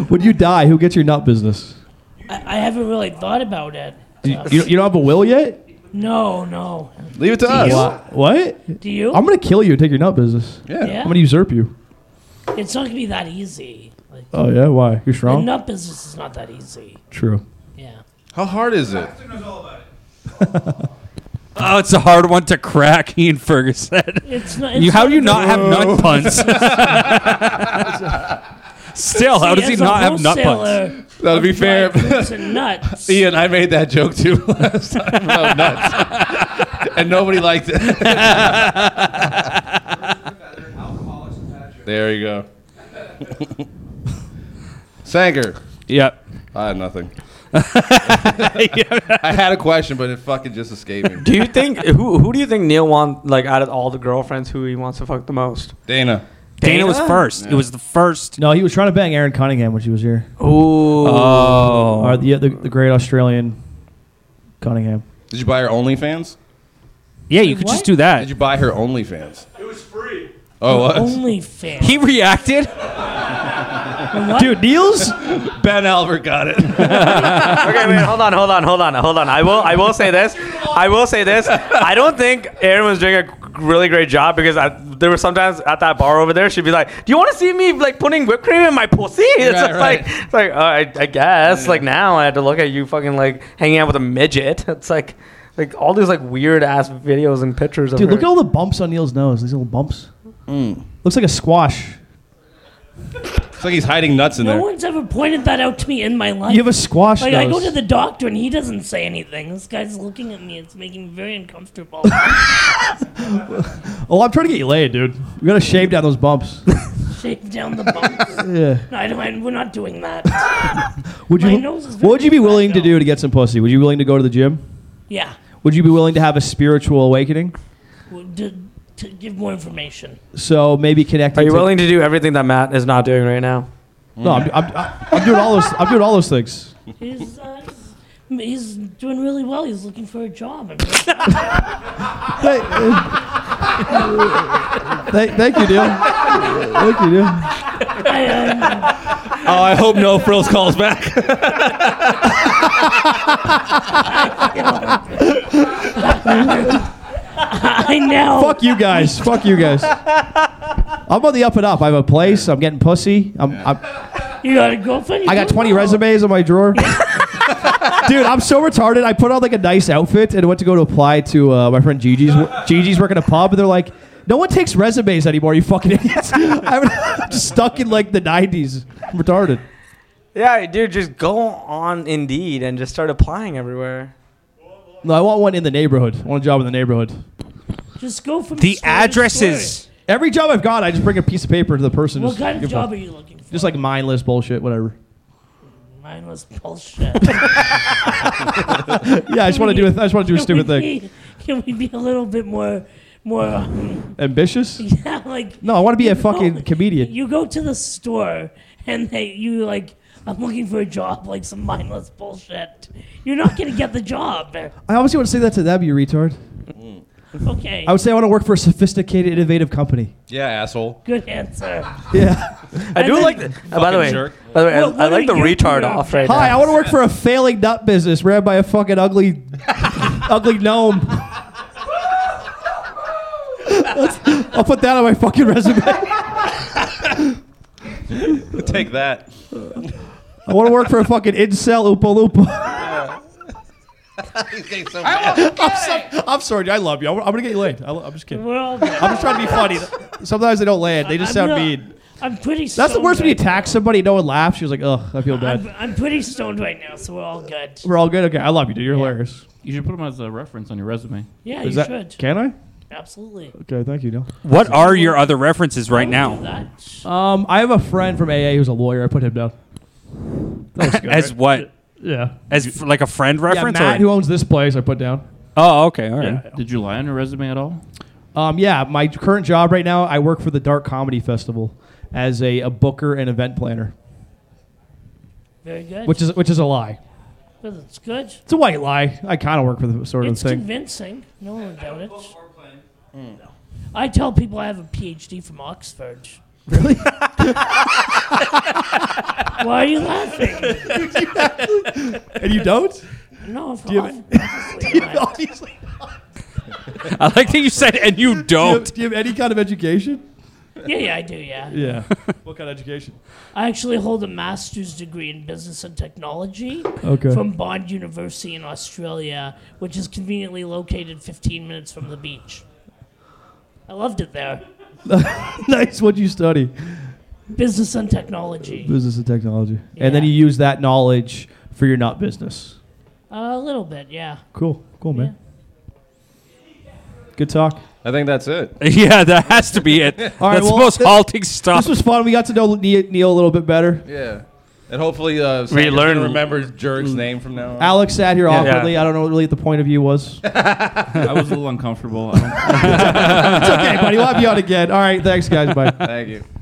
[SPEAKER 5] when you die, who gets your nut business?
[SPEAKER 9] I, I haven't really thought about it.
[SPEAKER 5] Do You, you, you don't have a will yet.
[SPEAKER 9] No, no.
[SPEAKER 11] Leave it to us.
[SPEAKER 5] Wha- What?
[SPEAKER 9] Do you?
[SPEAKER 5] I'm gonna kill you and take your nut business.
[SPEAKER 11] Yeah.
[SPEAKER 9] Yeah.
[SPEAKER 5] I'm gonna usurp you.
[SPEAKER 9] It's not gonna be that easy. Like,
[SPEAKER 5] Oh yeah. Why? You're
[SPEAKER 9] the
[SPEAKER 5] strong.
[SPEAKER 9] nut business is not that easy.
[SPEAKER 5] True.
[SPEAKER 9] Yeah.
[SPEAKER 11] How hard is it?
[SPEAKER 12] Oh, it's a hard one to crack, Ian Fergus said.
[SPEAKER 9] It's not. It's
[SPEAKER 12] You, how do you not have
[SPEAKER 9] not
[SPEAKER 12] nut puns? Still, how
[SPEAKER 9] See,
[SPEAKER 12] does he
[SPEAKER 9] as a
[SPEAKER 12] not have nut puns?
[SPEAKER 9] wholesaler
[SPEAKER 11] That'll be
[SPEAKER 9] of
[SPEAKER 11] fair.
[SPEAKER 9] dried fruits and nuts.
[SPEAKER 11] Ian, I made that joke too last time about nuts, and nobody liked it. there you go. Sanger,
[SPEAKER 12] Yep.
[SPEAKER 11] I had nothing. I had a question, but it fucking just escaped me.
[SPEAKER 4] Do you think who who do you think Neil want like out of all the girlfriends who he wants to fuck the most?
[SPEAKER 11] Dana.
[SPEAKER 12] Dana, was
[SPEAKER 4] Dana?
[SPEAKER 12] first. It was the first.
[SPEAKER 5] No, he was trying to bang Aaron Cunningham when she was here.
[SPEAKER 4] Ooh.
[SPEAKER 12] Oh.
[SPEAKER 5] Or the, the the great Australian Cunningham.
[SPEAKER 11] Did you buy her OnlyFans?
[SPEAKER 12] Yeah, you could
[SPEAKER 9] What?
[SPEAKER 12] just do
[SPEAKER 11] Did
[SPEAKER 12] that.
[SPEAKER 11] you buy her OnlyFans? It was free. Oh, what?
[SPEAKER 9] Only fan.
[SPEAKER 12] He reacted.
[SPEAKER 5] Dude, Niels?
[SPEAKER 11] Ben Albert got it.
[SPEAKER 4] okay, wait, hold on, hold on, hold on, hold on. I will, I will say this. I will say this. I don't think Erin was doing a really great job because I, there were sometimes at that bar over there, she'd be like, "Do you want to see me like putting whipped cream in my pussy?" It's
[SPEAKER 11] Right,
[SPEAKER 4] just like, it's like, oh, I, I guess. Like now, I had to look at you fucking like hanging out with a midget. It's like, like all these like weird ass videos and pictures of
[SPEAKER 5] Dude,
[SPEAKER 4] her.
[SPEAKER 5] look at all the bumps on Neil's nose. These little bumps.
[SPEAKER 11] Hmm.
[SPEAKER 5] Looks like a squash.
[SPEAKER 11] It's like he's hiding nuts in
[SPEAKER 9] No
[SPEAKER 11] there.
[SPEAKER 9] one's ever pointed that out to me in my life.
[SPEAKER 5] You have a squash
[SPEAKER 9] Like I go
[SPEAKER 5] nose.
[SPEAKER 9] to the doctor and he doesn't say anything. This guy's looking at me. It's making me very uncomfortable.
[SPEAKER 5] Oh, I'm trying to get you laid, dude. We gotta shave down those bumps.
[SPEAKER 9] Shave down the bumps.
[SPEAKER 5] Yeah.
[SPEAKER 9] No, I don't, I- we're not doing that.
[SPEAKER 5] Would
[SPEAKER 9] My
[SPEAKER 5] you?
[SPEAKER 9] nose is
[SPEAKER 5] What would you be willing to do to get some pussy? Would you be willing to go to the gym?
[SPEAKER 9] yeah.
[SPEAKER 5] Would you be willing to have a spiritual awakening?
[SPEAKER 9] Well, To, to give more information.
[SPEAKER 5] So maybe connect.
[SPEAKER 4] Are you willing to do everything that Matt is not doing right now?
[SPEAKER 5] No, I'm, I'm, I'm doing all those. I'm doing all those things.
[SPEAKER 9] He's, uh, he's, he's doing really well. He's looking for a job.
[SPEAKER 5] Hey, uh, thank, thank you, dude. Thank you, dude.
[SPEAKER 11] Oh, I hope no frills calls back.
[SPEAKER 9] I know.
[SPEAKER 5] Fuck you guys. Fuck you guys. I'm on the up and up. I have a place. I'm getting pussy. I'm, I'm,
[SPEAKER 9] You got a girlfriend? You
[SPEAKER 5] I got
[SPEAKER 9] do
[SPEAKER 5] 20
[SPEAKER 9] well.
[SPEAKER 5] resumes in my drawer. Dude, I'm so retarded. I put on like a nice outfit and went to go to apply to uh, my friend Gigi's. Gigi's working a pub, and they're like, "No one takes resumes anymore. You fucking idiots." I'm just stuck in like the 90s. I'm retarded.
[SPEAKER 4] Yeah, dude, just go on Indeed and just start applying everywhere.
[SPEAKER 5] No, I want one in the neighborhood. I want a job in the neighborhood.
[SPEAKER 9] Just go from
[SPEAKER 5] The
[SPEAKER 9] story to
[SPEAKER 5] addresses.
[SPEAKER 9] story.
[SPEAKER 5] Every job I've got, I just bring a piece of paper to the person.
[SPEAKER 9] What
[SPEAKER 5] just
[SPEAKER 9] kind of
[SPEAKER 5] give a-
[SPEAKER 9] job are you looking for?
[SPEAKER 5] Just like mindless bullshit, whatever.
[SPEAKER 9] Mindless bullshit.
[SPEAKER 5] Yeah, I just wanna do a- I just wanna do a stupid thing.
[SPEAKER 9] Can we be a little bit more, more? um,
[SPEAKER 5] Ambitious?
[SPEAKER 9] Yeah, like.
[SPEAKER 5] No, I want to be a
[SPEAKER 9] you go-
[SPEAKER 5] fucking comedian.
[SPEAKER 9] You go to the store and they, you like, I'm looking for a job, like some mindless bullshit. You're not gonna get the job.
[SPEAKER 5] I obviously want to say that to them, you retard.
[SPEAKER 9] Okay.
[SPEAKER 5] I would say I want to work for a sophisticated, innovative company.
[SPEAKER 11] Yeah, asshole.
[SPEAKER 9] Good answer.
[SPEAKER 5] Yeah.
[SPEAKER 4] I do like. The, uh, by the way, by the way, I-
[SPEAKER 9] What-
[SPEAKER 4] I,
[SPEAKER 9] what
[SPEAKER 4] like
[SPEAKER 9] are
[SPEAKER 4] the
[SPEAKER 9] you
[SPEAKER 4] retard
[SPEAKER 9] doing?
[SPEAKER 4] off right now.
[SPEAKER 5] Hi, I want to work for a failing nut business ran by a fucking ugly, ugly gnome. That's- I'll put that on my fucking resume.
[SPEAKER 11] Take that.
[SPEAKER 5] I want to work for a fucking incel oopa loopa. I'm, so, I'm sorry, dude, I love you. I'm, I'm gonna get you laid. I, am just kidding.
[SPEAKER 9] We're all
[SPEAKER 5] I'm just trying to be funny. Sometimes they don't land. They just
[SPEAKER 9] I'm
[SPEAKER 5] sound
[SPEAKER 9] not-
[SPEAKER 5] mean.
[SPEAKER 9] I'm pretty.
[SPEAKER 5] That's the
[SPEAKER 9] stoned
[SPEAKER 5] worst when you
[SPEAKER 9] right
[SPEAKER 5] attack somebody. and No one laughs. She was like, "Ugh, I feel bad."
[SPEAKER 9] now. I'm pretty stoned right now, so we're all good.
[SPEAKER 5] We're all good. Okay, I love you, dude. You're hilarious.
[SPEAKER 10] You should put him as a reference on your resume.
[SPEAKER 9] Yeah,
[SPEAKER 5] Is
[SPEAKER 9] you
[SPEAKER 5] that-
[SPEAKER 9] should.
[SPEAKER 5] Can I?
[SPEAKER 9] Absolutely.
[SPEAKER 5] Okay, thank you, Neil.
[SPEAKER 12] What are your other references right now?
[SPEAKER 5] Um, I have a friend from AA who's a lawyer. I put him down. That looks good,
[SPEAKER 12] As
[SPEAKER 5] right?
[SPEAKER 12] what?
[SPEAKER 5] Yeah.
[SPEAKER 12] As f- like a friend reference?
[SPEAKER 5] Yeah, Matt,
[SPEAKER 12] or?
[SPEAKER 5] who owns this place, I put down.
[SPEAKER 12] Oh, okay, all right.
[SPEAKER 10] Did you lie on your resume at all?
[SPEAKER 5] Um, yeah, my current job right now, I work for the Dark Comedy Festival as a, a booker and event planner,
[SPEAKER 9] Very good.
[SPEAKER 5] which is which is a lie.
[SPEAKER 9] Well, that's good.
[SPEAKER 5] It's a white lie. I kind of work for the sort
[SPEAKER 9] It's
[SPEAKER 5] of thing.
[SPEAKER 9] convincing. No one would doubt it. I tell people I have a PhD from Oxford.
[SPEAKER 5] Really?
[SPEAKER 9] Why are you laughing?
[SPEAKER 5] and you don't?
[SPEAKER 9] No, of
[SPEAKER 5] Do you have-
[SPEAKER 9] obviously
[SPEAKER 5] Do you have-
[SPEAKER 9] not.
[SPEAKER 5] obviously not.
[SPEAKER 12] I like that you said, and you
[SPEAKER 5] Do you,
[SPEAKER 12] don't.
[SPEAKER 5] have, do you have any kind of education?
[SPEAKER 9] Yeah, yeah, I do, yeah.
[SPEAKER 5] Yeah. what kind of education?
[SPEAKER 9] I actually hold a master's degree in business and technology
[SPEAKER 5] Okay.
[SPEAKER 9] from Bond University in Australia, which is conveniently located 15 minutes from the beach. I loved it there.
[SPEAKER 5] nice. What do you study?
[SPEAKER 9] Business and technology.
[SPEAKER 5] Business and technology. And then you use that knowledge for your nut business.
[SPEAKER 9] a little bit, yeah.
[SPEAKER 5] Cool. Cool, man. Good talk.
[SPEAKER 11] I think that's it.
[SPEAKER 12] Yeah, that has to be it.
[SPEAKER 5] All right,
[SPEAKER 12] That's
[SPEAKER 5] well,
[SPEAKER 12] the most
[SPEAKER 5] thi-
[SPEAKER 12] halting stuff.
[SPEAKER 5] This was fun. We got to know Ne- Neil a little bit better.
[SPEAKER 11] Yeah. And hopefully, uh, Sanders can
[SPEAKER 12] learn-
[SPEAKER 11] remember Jerk's name from now on.
[SPEAKER 5] Alex sat here
[SPEAKER 11] Yeah.
[SPEAKER 5] awkwardly. I don't know really what the point of view was. it's
[SPEAKER 10] I was a little uncomfortable. I don't-
[SPEAKER 5] okay, buddy. We'll have you on again. All right. Thanks, guys. Bye.
[SPEAKER 11] Thank you.